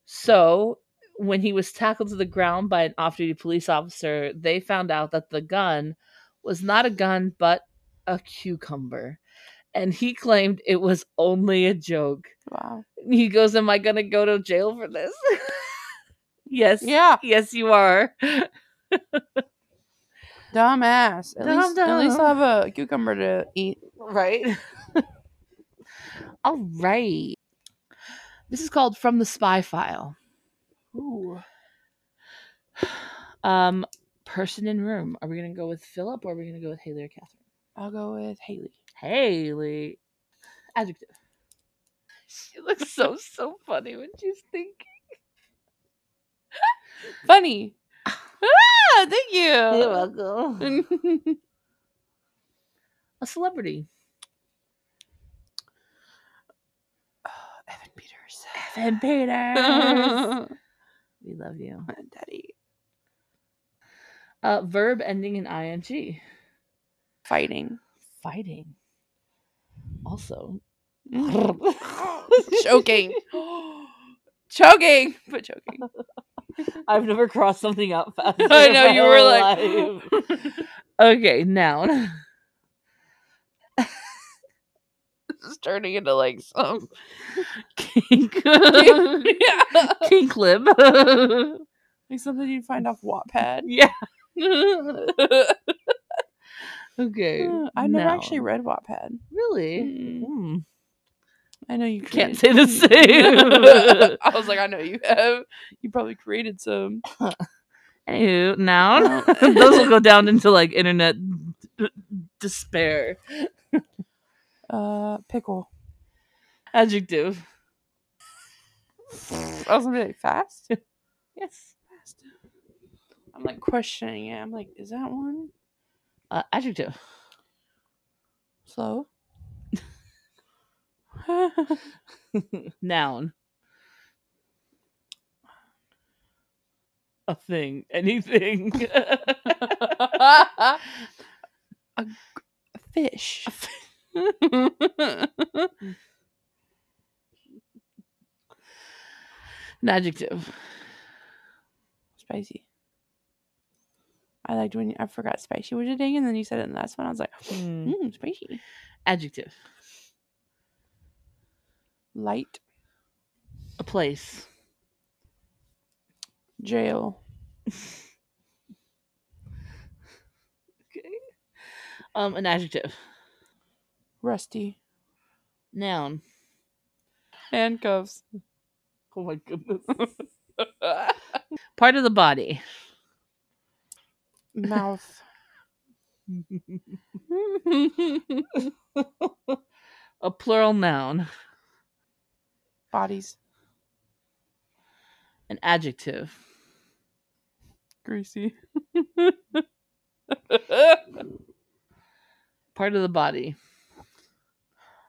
[SPEAKER 1] So, when he was tackled to the ground by an off duty police officer, they found out that the gun was not a gun, but a cucumber. And he claimed it was only a joke.
[SPEAKER 5] Wow.
[SPEAKER 1] He goes, Am I going to go to jail for this? yes.
[SPEAKER 5] Yeah.
[SPEAKER 1] Yes, you are.
[SPEAKER 5] Dumbass. At,
[SPEAKER 1] Dumb,
[SPEAKER 5] least, at least
[SPEAKER 1] dumb.
[SPEAKER 5] I'll have a cucumber to eat.
[SPEAKER 1] Right. All right. This is called From the Spy File.
[SPEAKER 5] Ooh.
[SPEAKER 1] Um, person in room. Are we gonna go with Philip or are we gonna go with Haley or Catherine?
[SPEAKER 5] I'll go with Haley.
[SPEAKER 1] Haley. Adjective. She looks so so funny when she's thinking.
[SPEAKER 5] Funny. ah, thank you.
[SPEAKER 1] welcome. A celebrity.
[SPEAKER 5] Evan Peters.
[SPEAKER 1] Evan Peters. we love you.
[SPEAKER 5] Daddy.
[SPEAKER 1] Uh, verb ending in ing.
[SPEAKER 5] Fighting.
[SPEAKER 1] Fighting. Also,
[SPEAKER 5] choking. choking. But choking.
[SPEAKER 1] I've never crossed something out faster.
[SPEAKER 5] I
[SPEAKER 1] in
[SPEAKER 5] know,
[SPEAKER 1] my
[SPEAKER 5] you were
[SPEAKER 1] whole
[SPEAKER 5] like-
[SPEAKER 1] life. okay, noun.
[SPEAKER 5] This is turning into like some.
[SPEAKER 1] Kink.
[SPEAKER 5] yeah.
[SPEAKER 1] Kink lib.
[SPEAKER 5] Like something you'd find off Wattpad.
[SPEAKER 1] yeah.
[SPEAKER 5] I
[SPEAKER 1] Okay.
[SPEAKER 5] never actually
[SPEAKER 1] noun.
[SPEAKER 5] read Wattpad.
[SPEAKER 1] Really?
[SPEAKER 5] Mm,
[SPEAKER 1] Hmm.
[SPEAKER 5] I know you
[SPEAKER 1] Can't
[SPEAKER 5] created-
[SPEAKER 1] say the same.
[SPEAKER 5] I was like, I know you have. You probably created some.
[SPEAKER 1] Anywho, Mm. noun.
[SPEAKER 5] Noun.
[SPEAKER 1] Those will go down into like internet d- despair.
[SPEAKER 5] Uh, pickle.
[SPEAKER 1] Adjective.
[SPEAKER 5] I was gonna be like Oh, fast.
[SPEAKER 1] Yes.
[SPEAKER 5] Fast. I'm like questioning it. I'm like, is that one
[SPEAKER 1] Uh, adjective.
[SPEAKER 5] slow?
[SPEAKER 1] Noun. A thing. Anything.
[SPEAKER 5] a g- a fish.
[SPEAKER 1] An adjective.
[SPEAKER 5] spicy. I liked when you, I forgot spicy was your thing, and then you said it in the last one. I was like, mm, spicy.
[SPEAKER 1] Adjective.
[SPEAKER 5] Light
[SPEAKER 1] A place.
[SPEAKER 5] jail.
[SPEAKER 1] Okay. Um, an adjective.
[SPEAKER 5] Rusty
[SPEAKER 1] Noun.
[SPEAKER 5] handcuffs.
[SPEAKER 1] Oh my goodness. Part of the body.
[SPEAKER 5] Mouth.
[SPEAKER 1] a plural noun.
[SPEAKER 5] Bodies.
[SPEAKER 1] An adjective.
[SPEAKER 5] Greasy.
[SPEAKER 1] Part of the body.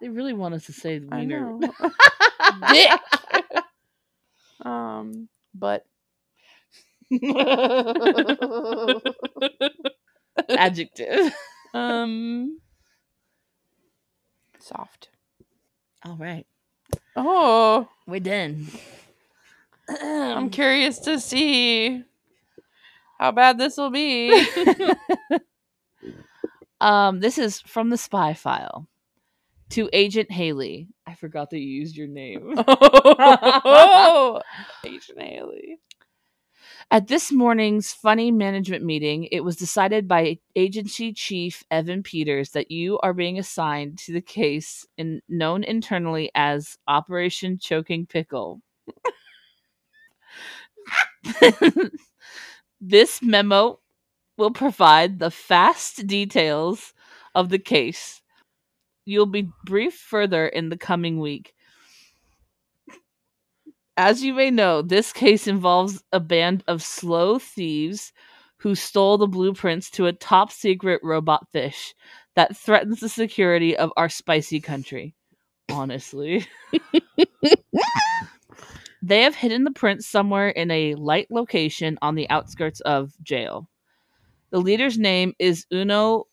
[SPEAKER 1] They really want us to say
[SPEAKER 5] I
[SPEAKER 1] wiener.
[SPEAKER 5] know. Dick. um, but
[SPEAKER 2] Hmm.
[SPEAKER 1] Adjective.
[SPEAKER 5] um, soft.
[SPEAKER 1] All right.
[SPEAKER 5] Oh,
[SPEAKER 1] We're done. Um.
[SPEAKER 5] I'm curious to see how bad this will be.
[SPEAKER 1] um, this is from the spy file to Agent Haley. I forgot that you used your name.
[SPEAKER 5] oh, Agent Haley.
[SPEAKER 1] At this morning's funny management meeting, it was decided by agency chief Evan Peters that you are being assigned to the case in, known internally as Operation Choking Pickle. this memo will provide the fast details of the case. You'll be briefed further in the coming week. As you may know, this case involves a band of slow thieves who stole the blueprints to a top secret robot fish that threatens the security of our spicy country. Honestly. They have hidden the prince somewhere in a light location on the outskirts of jail. The leader's name is Uno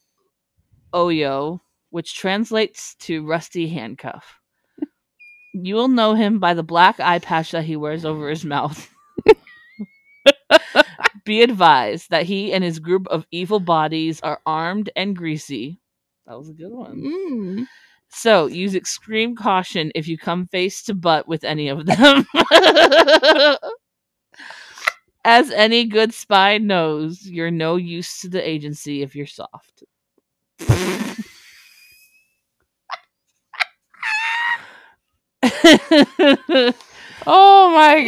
[SPEAKER 1] Oyo, which translates to Rusty Handcuff. You will know him by the black eye patch that he wears over his mouth. Be advised that he and his group of evil bodies are armed and greasy. That was a good one.
[SPEAKER 5] Mm.
[SPEAKER 1] So use extreme caution if you come face to butt with any of them. As any good spy knows, you're no use to the agency if you're soft.
[SPEAKER 5] Oh my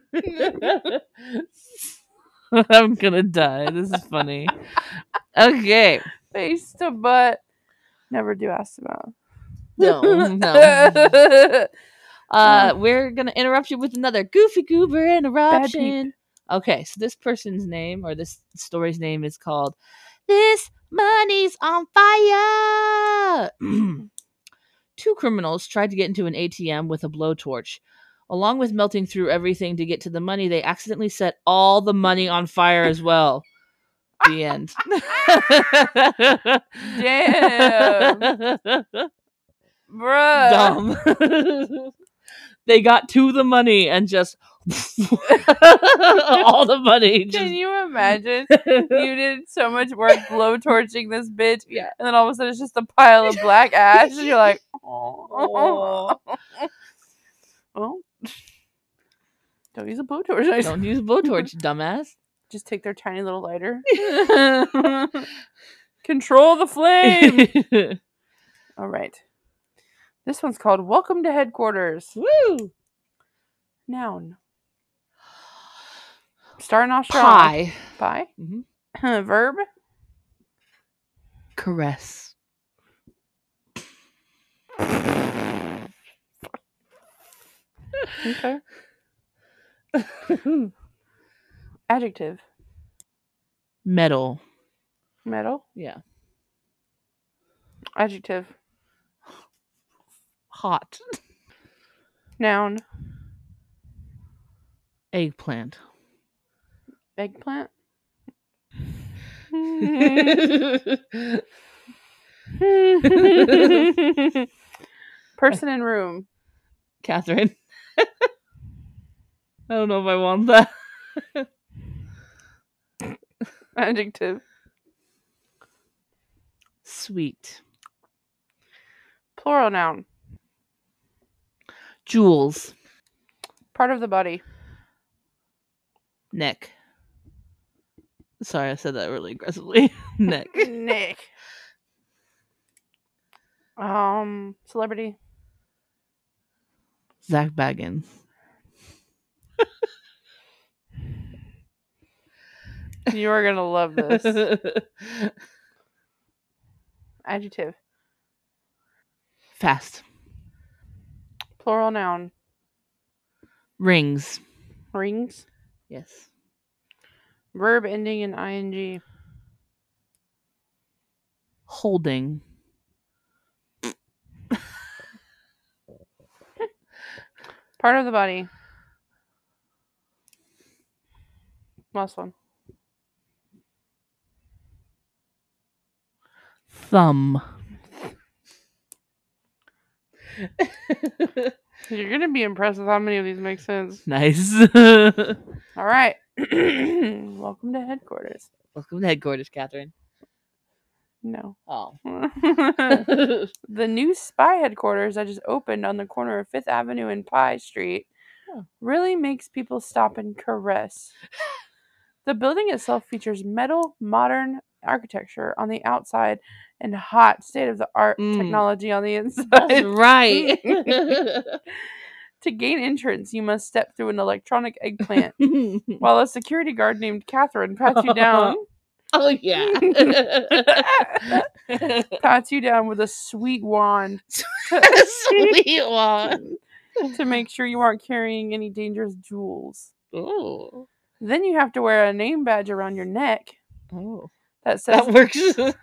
[SPEAKER 5] god.
[SPEAKER 1] I'm gonna die. This is funny. Okay.
[SPEAKER 5] Face to butt. Never do ass to mouth.
[SPEAKER 1] No, no. Uh, we're gonna interrupt you with another goofy goober interruption. Okay, so this person's name or this story's name is called "This Money's on Fire." Two criminals tried to get into an ATM with a blowtorch. Along with melting through everything to get to the money, they accidentally set all the money on fire as well. the end.
[SPEAKER 5] Damn. Bruh.
[SPEAKER 1] dumb. they got to the money and just all the money.
[SPEAKER 5] Can
[SPEAKER 1] Just
[SPEAKER 5] you imagine? You did so much work blow torching this bitch,
[SPEAKER 1] Yeah.
[SPEAKER 5] and then all of a sudden it's just a pile of black ash, and you're like, oh, well, don't use a blowtorch. I
[SPEAKER 1] don't use blowtorch, dumbass.
[SPEAKER 5] just take their tiny little lighter. Control the flame. all right, this one's called "Welcome to Headquarters."
[SPEAKER 1] Woo!
[SPEAKER 5] Noun. Starting off strong.
[SPEAKER 1] Pie.
[SPEAKER 5] Pie.
[SPEAKER 1] Mhm.
[SPEAKER 5] Verb.
[SPEAKER 1] Caress.
[SPEAKER 5] Okay. Adjective.
[SPEAKER 1] Metal.
[SPEAKER 5] Metal.
[SPEAKER 1] Yeah.
[SPEAKER 5] Adjective.
[SPEAKER 1] Hot.
[SPEAKER 5] Noun.
[SPEAKER 1] Eggplant.
[SPEAKER 5] Eggplant. Person in room.
[SPEAKER 1] Catherine. I don't know if I want that.
[SPEAKER 5] Adjective.
[SPEAKER 1] Sweet.
[SPEAKER 5] Plural noun.
[SPEAKER 1] Jewels.
[SPEAKER 5] Part of the body.
[SPEAKER 1] Neck. Sorry, I said that really aggressively. Neck.
[SPEAKER 5] Nick. Um. Celebrity.
[SPEAKER 1] Zach Baggins.
[SPEAKER 5] You are gonna love this. Adjective.
[SPEAKER 1] Fast.
[SPEAKER 5] Plural noun.
[SPEAKER 1] Rings.
[SPEAKER 5] Rings.
[SPEAKER 1] Yes.
[SPEAKER 5] Verb ending in ing.
[SPEAKER 1] Holding.
[SPEAKER 5] Part of the body. Last one.
[SPEAKER 1] Thumb.
[SPEAKER 5] You're gonna be impressed with how many of these make sense.
[SPEAKER 1] nice.
[SPEAKER 5] All right. Welcome to headquarters.
[SPEAKER 1] Welcome to headquarters, Catherine.
[SPEAKER 5] No.
[SPEAKER 1] Oh.
[SPEAKER 5] the new spy headquarters that just opened on the corner of Fifth Avenue and Pie Street
[SPEAKER 1] Oh.
[SPEAKER 5] really makes people stop and caress. the building itself features metal, modern architecture on the outside and hot state of the art
[SPEAKER 1] Mm.
[SPEAKER 5] technology on the
[SPEAKER 1] That's
[SPEAKER 5] inside.
[SPEAKER 1] right.
[SPEAKER 5] to gain entrance, you must step through an electronic eggplant while a security guard named Catherine pats you down.
[SPEAKER 1] oh yeah.
[SPEAKER 5] pats you down with a sweet wand
[SPEAKER 1] Sweet one.
[SPEAKER 5] to make sure you aren't carrying any dangerous jewels.
[SPEAKER 1] Ooh.
[SPEAKER 5] Then you have to wear a name badge around your neck
[SPEAKER 1] Oh.
[SPEAKER 5] that says
[SPEAKER 1] That works.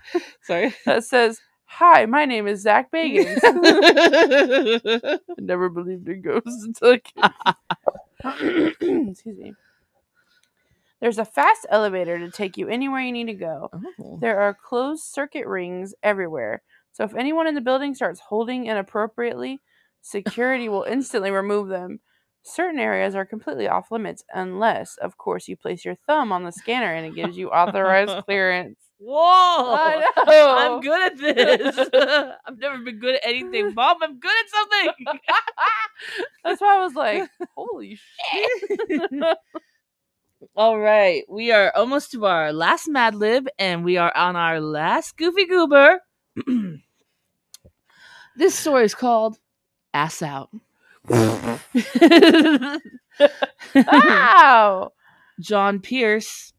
[SPEAKER 1] Sorry.
[SPEAKER 5] that says Hi, my name is Zach Bagans. I never believed in ghosts until I came. Excuse me. There's a fast elevator to take you anywhere you need to go.
[SPEAKER 1] Oh.
[SPEAKER 5] There are closed circuit rings everywhere. So if anyone in the building starts holding inappropriately, security will instantly remove them. Certain areas are completely off limits unless, of course, you place your thumb on the scanner and it gives you authorized clearance.
[SPEAKER 1] Whoa!
[SPEAKER 5] I know.
[SPEAKER 1] I'm good at this. I've never been good at anything, Mom. I'm good at something.
[SPEAKER 5] That's why I was like, holy shit.
[SPEAKER 1] All right, we are almost to our last Mad Lib, and we are on our last Goofy Goober. this story is called "Ass Out."
[SPEAKER 5] Ah! Wow.
[SPEAKER 1] John Pierce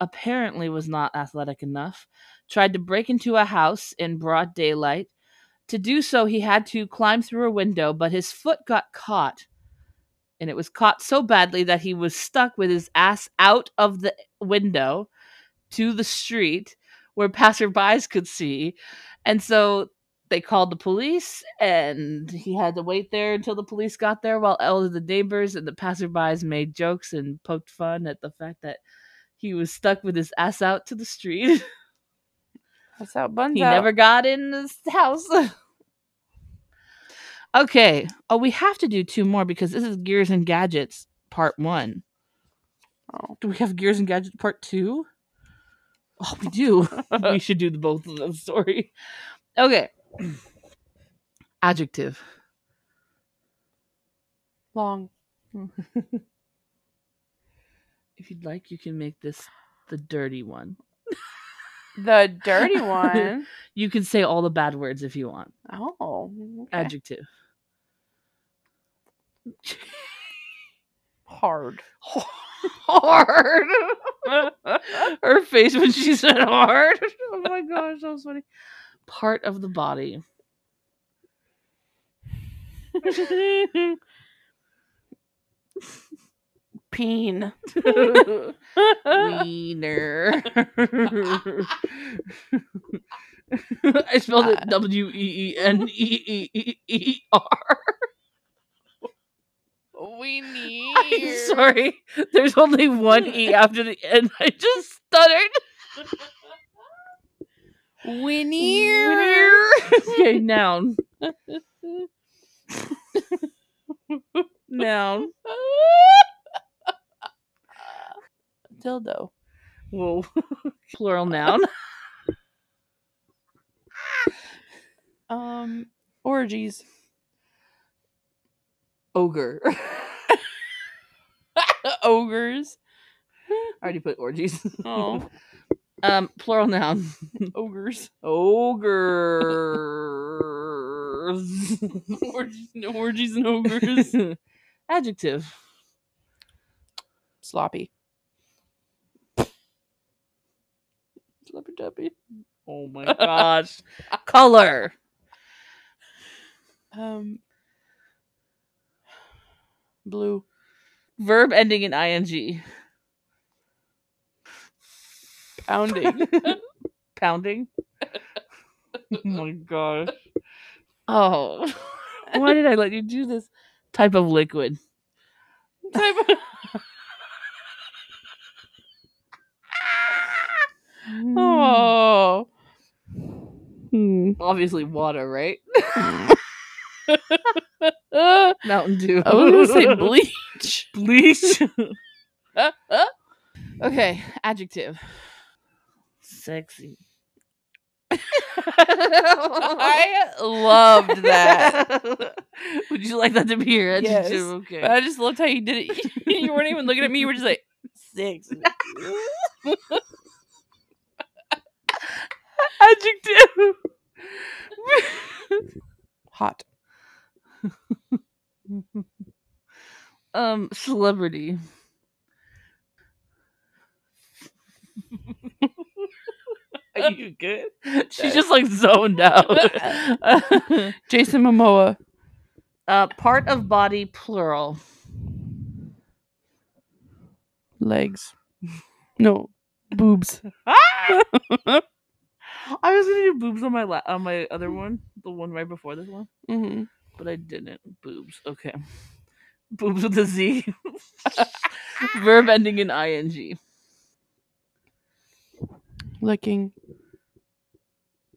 [SPEAKER 1] apparently was not athletic enough, tried to break into a house in broad daylight. To do so, he had to climb through a window, but his foot got caught. And it was caught so badly that he was stuck with his ass out of the window to the street where passerbys could see. And so they called the police, and he had to wait there until the police got there while all of the neighbors and the passerbys made jokes and poked fun at the fact that he was stuck with his ass out to the street.
[SPEAKER 5] That's how buns
[SPEAKER 1] he
[SPEAKER 5] out.
[SPEAKER 1] never got in this house. okay. Oh, we have to do two more because this is Gears and Gadgets part one.
[SPEAKER 5] Oh.
[SPEAKER 1] Do we have Gears and Gadgets part two? Oh, we do. we should do the both of those. Sorry. Okay. Adjective.
[SPEAKER 5] Long.
[SPEAKER 1] If you'd like, you can make this the dirty one.
[SPEAKER 5] The dirty one.
[SPEAKER 1] You can say all the bad words if you want.
[SPEAKER 5] Oh.
[SPEAKER 1] Uh
[SPEAKER 5] okay.
[SPEAKER 1] Adjective.
[SPEAKER 5] Hard.
[SPEAKER 1] hard. Her face when she said hard. Oh my gosh, that was funny. Part of the body.
[SPEAKER 5] Peen.
[SPEAKER 1] Wiener. I spelled it W E E N E E E E R.
[SPEAKER 5] we need.
[SPEAKER 1] I'm sorry. There's only one E after the end. I just stuttered.
[SPEAKER 5] Winnier.
[SPEAKER 1] okay, noun. noun.
[SPEAKER 5] Dildo.
[SPEAKER 1] Whoa. Plural noun.
[SPEAKER 5] Um, orgies.
[SPEAKER 1] Ogre.
[SPEAKER 5] Ogres.
[SPEAKER 1] I already put orgies.
[SPEAKER 5] Oh,
[SPEAKER 1] Um, plural noun.
[SPEAKER 5] ogres.
[SPEAKER 1] Ogres.
[SPEAKER 5] Orgies and orgies and ogres.
[SPEAKER 1] Adjective.
[SPEAKER 5] Sloppy. Sloppy duppy.
[SPEAKER 1] Oh my gosh. Color.
[SPEAKER 5] Um, blue.
[SPEAKER 1] Verb ending in ing.
[SPEAKER 5] Pounding.
[SPEAKER 1] Pounding. oh my gosh. Oh. Why did I let you do this? Type of liquid.
[SPEAKER 5] Type of- oh. Hmm.
[SPEAKER 1] Mm. Obviously water, right?
[SPEAKER 5] Uh,
[SPEAKER 1] Mountain Dew.
[SPEAKER 5] I was gonna say bleach.
[SPEAKER 1] bleach.
[SPEAKER 5] Uh, uh.
[SPEAKER 1] Okay, adjective. Sexy.
[SPEAKER 5] I loved that.
[SPEAKER 1] Would you like that to be your adjective?
[SPEAKER 5] Yes.
[SPEAKER 1] Okay.
[SPEAKER 5] But I just loved how you did it. you weren't even looking at me. You were just like six.
[SPEAKER 1] adjective.
[SPEAKER 5] Hot.
[SPEAKER 1] um, celebrity. Are you good? She's just like zoned out.
[SPEAKER 5] Jason Momoa.
[SPEAKER 1] Uh, part of body, plural.
[SPEAKER 5] Legs. No. Boobs.
[SPEAKER 1] I was gonna do boobs on my la- on my other one, the one right before this one,
[SPEAKER 5] Mm-hmm.
[SPEAKER 1] but I didn't. Boobs. Okay. Boobs with a Z. Verb ending in ing.
[SPEAKER 5] Licking.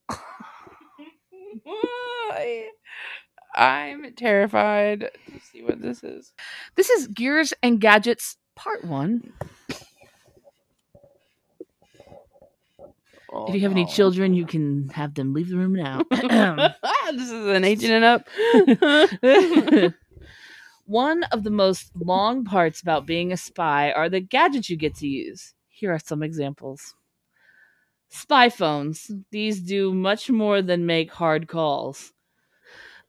[SPEAKER 5] I'm terrified to see what this is.
[SPEAKER 1] This is Gears and Gadgets Part One.
[SPEAKER 5] Oh,
[SPEAKER 1] if you have any
[SPEAKER 5] no.
[SPEAKER 1] children, you can have them leave the room now.
[SPEAKER 5] this is an 18 and up.
[SPEAKER 1] One of the most long parts about being a spy are the gadgets you get to use. Here are some examples. Spy phones. These do much more than make hard calls.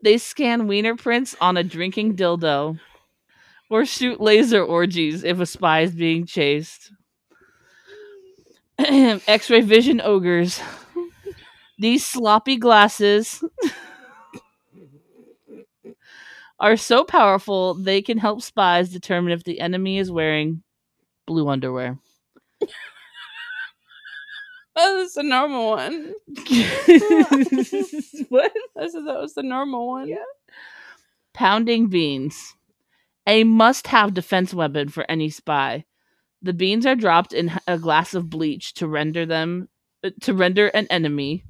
[SPEAKER 1] They scan wiener prints on a drinking dildo or shoot laser orgies if a spy is being chased. X ray vision ogres. These sloppy glasses are so powerful they can help spies determine if the enemy is wearing blue underwear.
[SPEAKER 5] Oh, this is a normal one.
[SPEAKER 1] what?
[SPEAKER 5] I said that was the normal one.
[SPEAKER 1] Yeah. Pounding beans. A must have defense weapon for any spy. The beans are dropped in a glass of bleach to render them uh, to render an enemy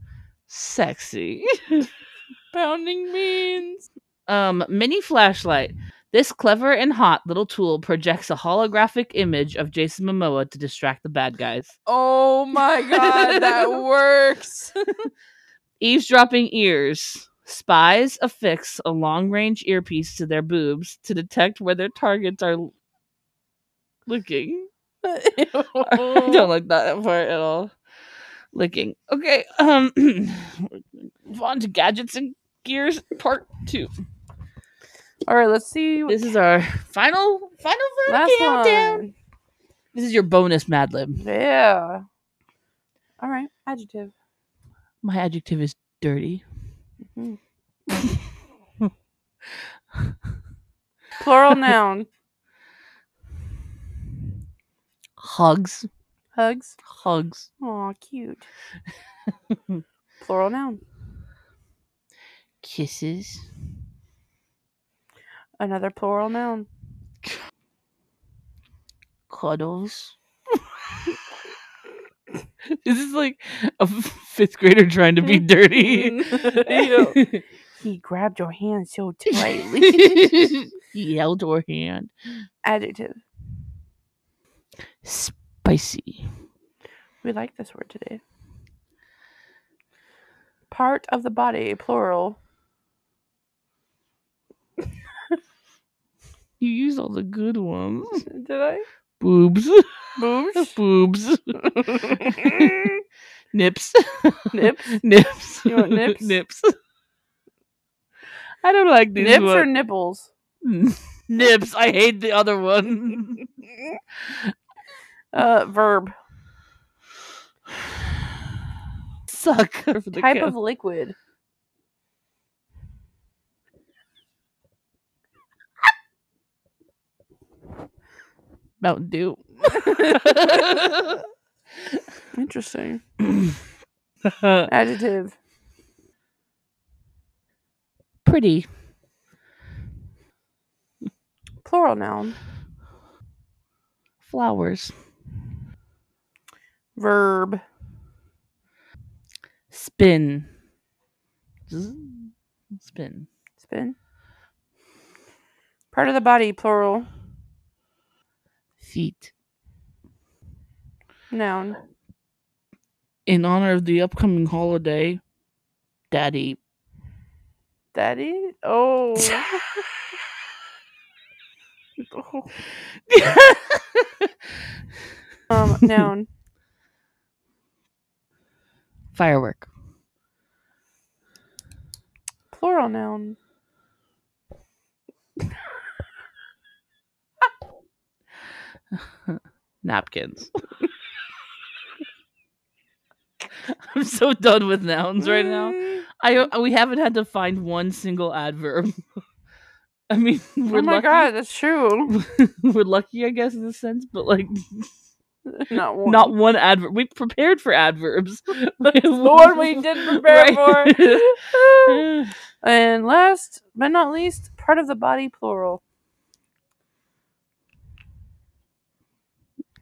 [SPEAKER 1] sexy.
[SPEAKER 5] Pounding beans.
[SPEAKER 1] Um, mini flashlight. This clever and hot little tool projects a holographic image of Jason Momoa to distract the bad guys.
[SPEAKER 5] Oh my god, that works.
[SPEAKER 1] eavesdropping ears. Spies affix a long range earpiece to their boobs to detect where their targets are l- looking. I don't like that part at all. Looking. Okay. Um on to gadgets and gears part two.
[SPEAKER 5] All right, let's see.
[SPEAKER 1] This is our final final
[SPEAKER 5] Last
[SPEAKER 1] final countdown.
[SPEAKER 5] one.
[SPEAKER 1] This is your bonus Mad Lib.
[SPEAKER 5] Yeah. All right, adjective.
[SPEAKER 1] My adjective is dirty.
[SPEAKER 5] Plural noun.
[SPEAKER 1] Hugs.
[SPEAKER 5] Hugs.
[SPEAKER 1] Hugs.
[SPEAKER 5] Aw, cute. Plural noun.
[SPEAKER 1] Kisses.
[SPEAKER 5] Another plural noun.
[SPEAKER 1] cuddles. Is this like a fifth grader trying to be dirty? Mm-hmm.
[SPEAKER 5] Ew. He grabbed your hand so
[SPEAKER 1] he held her hand.
[SPEAKER 5] adjective.
[SPEAKER 1] Spicy.
[SPEAKER 5] We like this word today. Part of the body, plural.
[SPEAKER 1] You use all the good ones.
[SPEAKER 5] Did I?
[SPEAKER 1] Boobs.
[SPEAKER 5] Boobs.
[SPEAKER 1] Boobs. Nips.
[SPEAKER 5] Nips.
[SPEAKER 1] Nips.
[SPEAKER 5] You want nips?
[SPEAKER 1] Nips. I don't like these
[SPEAKER 5] Nips or
[SPEAKER 1] ones.
[SPEAKER 5] nipples?
[SPEAKER 1] nips. I hate the other one.
[SPEAKER 5] Uh, verb.
[SPEAKER 1] Suck. for the
[SPEAKER 5] Type
[SPEAKER 1] count.
[SPEAKER 5] of liquid.
[SPEAKER 1] Mountain Dew.
[SPEAKER 5] Interesting. Adjective.
[SPEAKER 1] Pretty.
[SPEAKER 5] Plural noun.
[SPEAKER 1] Flowers.
[SPEAKER 5] Verb.
[SPEAKER 1] Spin. Zzz. Spin.
[SPEAKER 5] Spin. Part of the body, plural.
[SPEAKER 1] Feet.
[SPEAKER 5] Noun.
[SPEAKER 1] Um, In honor of the upcoming holiday, Daddy.
[SPEAKER 5] Daddy? Oh. um, noun.
[SPEAKER 1] Firework.
[SPEAKER 5] Plural noun.
[SPEAKER 1] Napkins. I'm so done with nouns right now.
[SPEAKER 5] Mm.
[SPEAKER 1] I uh, we haven't had to find one single adverb. I mean, we're
[SPEAKER 5] Oh my
[SPEAKER 1] lucky.
[SPEAKER 5] god, that's true.
[SPEAKER 1] we're lucky, I guess, in a sense, but like
[SPEAKER 5] Not one.
[SPEAKER 1] Not one adverb. We prepared for adverbs. the
[SPEAKER 5] the one we did prepare for.
[SPEAKER 1] for.
[SPEAKER 5] and last but not least, part of the body plural.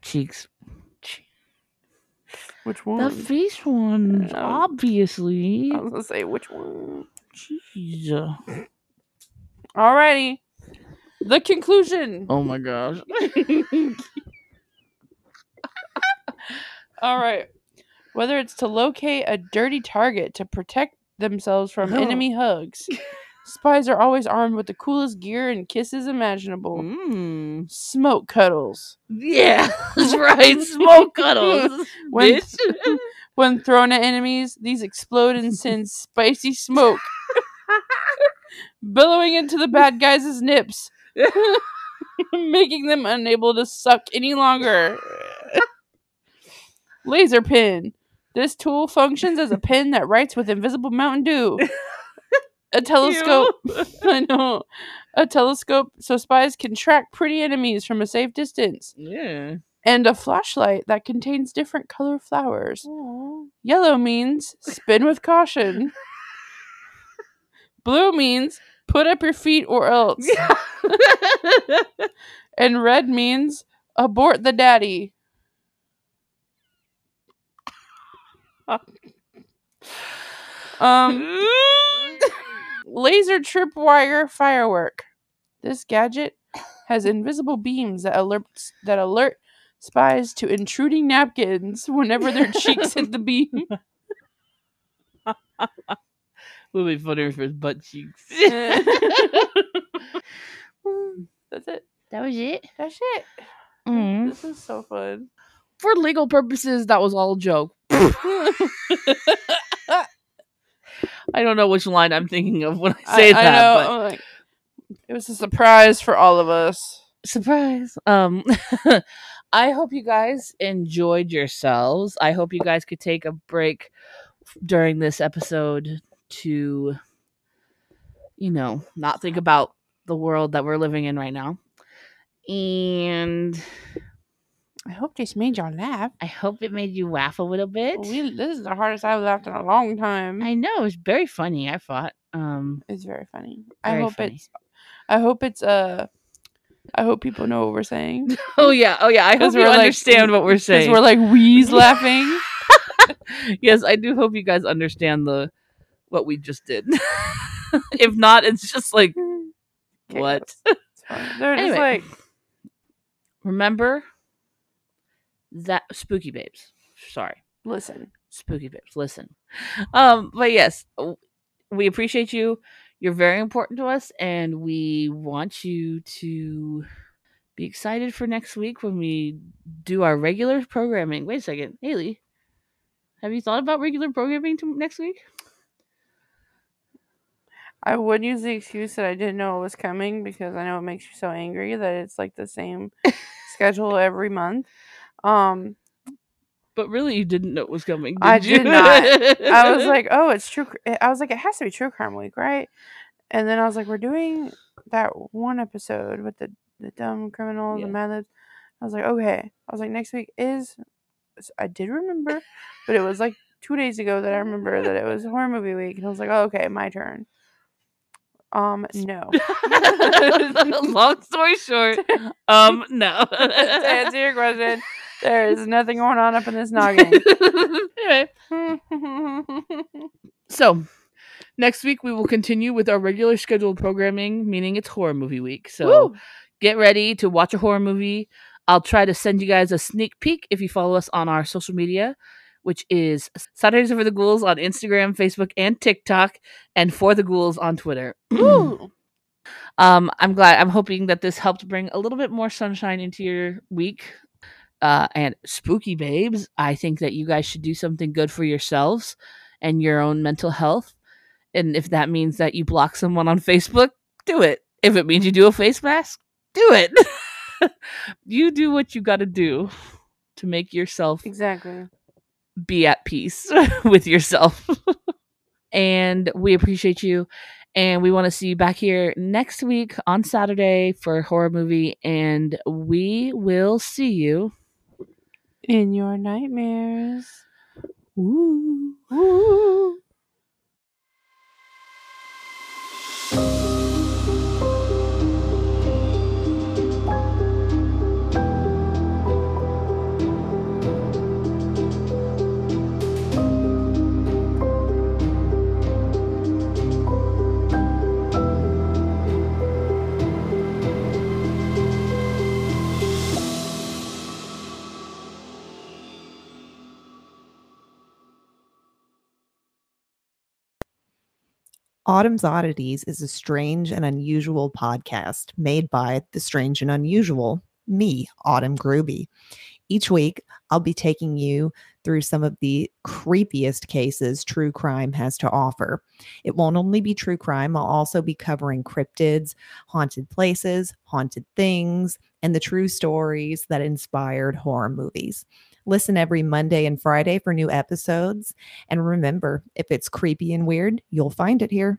[SPEAKER 1] Cheeks.
[SPEAKER 5] Which
[SPEAKER 1] The
[SPEAKER 5] one?
[SPEAKER 1] face ones,
[SPEAKER 5] Um,
[SPEAKER 1] obviously. uh,
[SPEAKER 5] I was gonna say which one.
[SPEAKER 1] Jeez.
[SPEAKER 5] Alrighty. The conclusion.
[SPEAKER 1] Oh my gosh. Oh.
[SPEAKER 5] All right. Whether it's to locate a dirty target to protect themselves from
[SPEAKER 1] No.
[SPEAKER 5] enemy hugs, spies are always armed with the coolest gear and kisses imaginable.
[SPEAKER 1] Mm.
[SPEAKER 5] Smoke cuddles.
[SPEAKER 1] Yeah, that's right. Hmm. Smoke cuddles.
[SPEAKER 5] When-
[SPEAKER 1] bitch.
[SPEAKER 5] When thrown at enemies, these explode and send spicy smoke billowing into the bad guys' nips, making them unable to suck any longer. Laser pin. This tool functions as a pen that writes with invisible Mountain Dew. A telescope. I know. A telescope so spies can track pretty enemies from a safe distance.
[SPEAKER 1] yeah.
[SPEAKER 5] And a flashlight that contains different color flowers. Yellow means spin with caution. Blue means put up your feet or else. And red means abort the daddy. Um laser tripwire firework. This gadget has invisible beams that alert that alert spies to intruding napkins whenever their cheeks hit the beam.
[SPEAKER 1] Would be funnier if it was butt cheeks.
[SPEAKER 5] Eh. That's it.
[SPEAKER 1] that was it.
[SPEAKER 5] That's it.
[SPEAKER 1] Hmm.
[SPEAKER 5] This is so fun.
[SPEAKER 1] Mm-hmm. For legal purposes, that was all a joke. I don't know which line I'm thinking of when I say
[SPEAKER 5] I,
[SPEAKER 1] that.
[SPEAKER 5] I
[SPEAKER 1] but-
[SPEAKER 5] know. I'm like, it was a surprise for all of us.
[SPEAKER 1] surprise um i hope you guys enjoyed yourselves i hope you guys could take a break during this episode to you know not think about the world that we're living in right now and
[SPEAKER 5] I hope this made y'all laugh.
[SPEAKER 1] i hope it made you laugh a little bit
[SPEAKER 5] We, this is the hardest I've laughed in a long time.
[SPEAKER 1] i know it's very funny i thought um
[SPEAKER 5] it's very funny. I
[SPEAKER 1] very
[SPEAKER 5] hope
[SPEAKER 1] funny.
[SPEAKER 5] it's. I hope it's. Uh, I hope people know what we're saying.
[SPEAKER 1] oh yeah oh yeah i hope
[SPEAKER 5] Because
[SPEAKER 1] you
[SPEAKER 5] we're like-
[SPEAKER 1] understand what we're
[SPEAKER 5] Because
[SPEAKER 1] saying
[SPEAKER 5] we're like wheeze laughing.
[SPEAKER 1] yes, I do hope you guys understand the what we just did. if not, it's just like
[SPEAKER 5] Okay,
[SPEAKER 1] what.
[SPEAKER 5] It's fine. They're just
[SPEAKER 1] Anyway.
[SPEAKER 5] like
[SPEAKER 1] Remember that spooky babes. Sorry,
[SPEAKER 5] listen.
[SPEAKER 1] spooky babes. Listen, um, but yes, w- we appreciate you. You're very important to us, and we want you to be excited for next week when we do our regular programming. Wait a second, Haley, have you thought about regular programming to next week?
[SPEAKER 5] I would use the excuse that I didn't know it was coming because I know it makes you so angry that it's like the same schedule every month. Um,
[SPEAKER 1] But really, you didn't know it was coming. Did
[SPEAKER 5] I
[SPEAKER 1] you?
[SPEAKER 5] did not. I was like, oh, it's true. cr- I was like, it has to be True Crime Week, right? And then I was like, we're doing that one episode with the, the dumb criminals
[SPEAKER 1] Yeah.
[SPEAKER 5] and Mad Libs. I was like, okay. I was like, next week is. s- I did remember, but it was like two days ago that I remember that it was horror movie week, and I was like, oh, okay, my turn. Um, no.
[SPEAKER 1] Long story short, um, no.
[SPEAKER 5] to answer your question, there is nothing going on up in this noggin.
[SPEAKER 1] anyway, so next week we will continue with our regular scheduled programming, meaning it's horror movie week. So
[SPEAKER 5] Woo!
[SPEAKER 1] get ready to watch a horror movie. I'll try to send you guys a sneak peek if you follow us on our social media, which is Saturdays for the Ghouls on Instagram, Facebook, and TikTok, and For the Ghouls on Twitter.
[SPEAKER 5] Woo!
[SPEAKER 1] Um, I'm glad. I'm hoping that this helped bring a little bit more sunshine into your week. Uh, and spooky babes, I think that you guys should do something good for yourselves and your own mental health. And if that means that you block someone on Facebook, do it. If it means you do a face mask, do it. you do what you got to do to make yourself
[SPEAKER 5] Exactly.
[SPEAKER 1] be at peace with yourself. and we appreciate you. And we want to see you back here next week on Saturday for horror movie. And we will see you
[SPEAKER 5] In your nightmares.
[SPEAKER 1] Ooh.
[SPEAKER 5] Ooh.
[SPEAKER 6] Autumn's Oddities is a strange and unusual podcast made by the strange and unusual, me, Autumn Groby. Each week, I'll be taking you through some of the creepiest cases true crime has to offer. It won't only be true crime, I'll also be covering cryptids, haunted places, haunted things, and the true stories that inspired horror movies. Listen every Monday and Friday for new episodes. And remember, if it's creepy and weird, you'll find it here.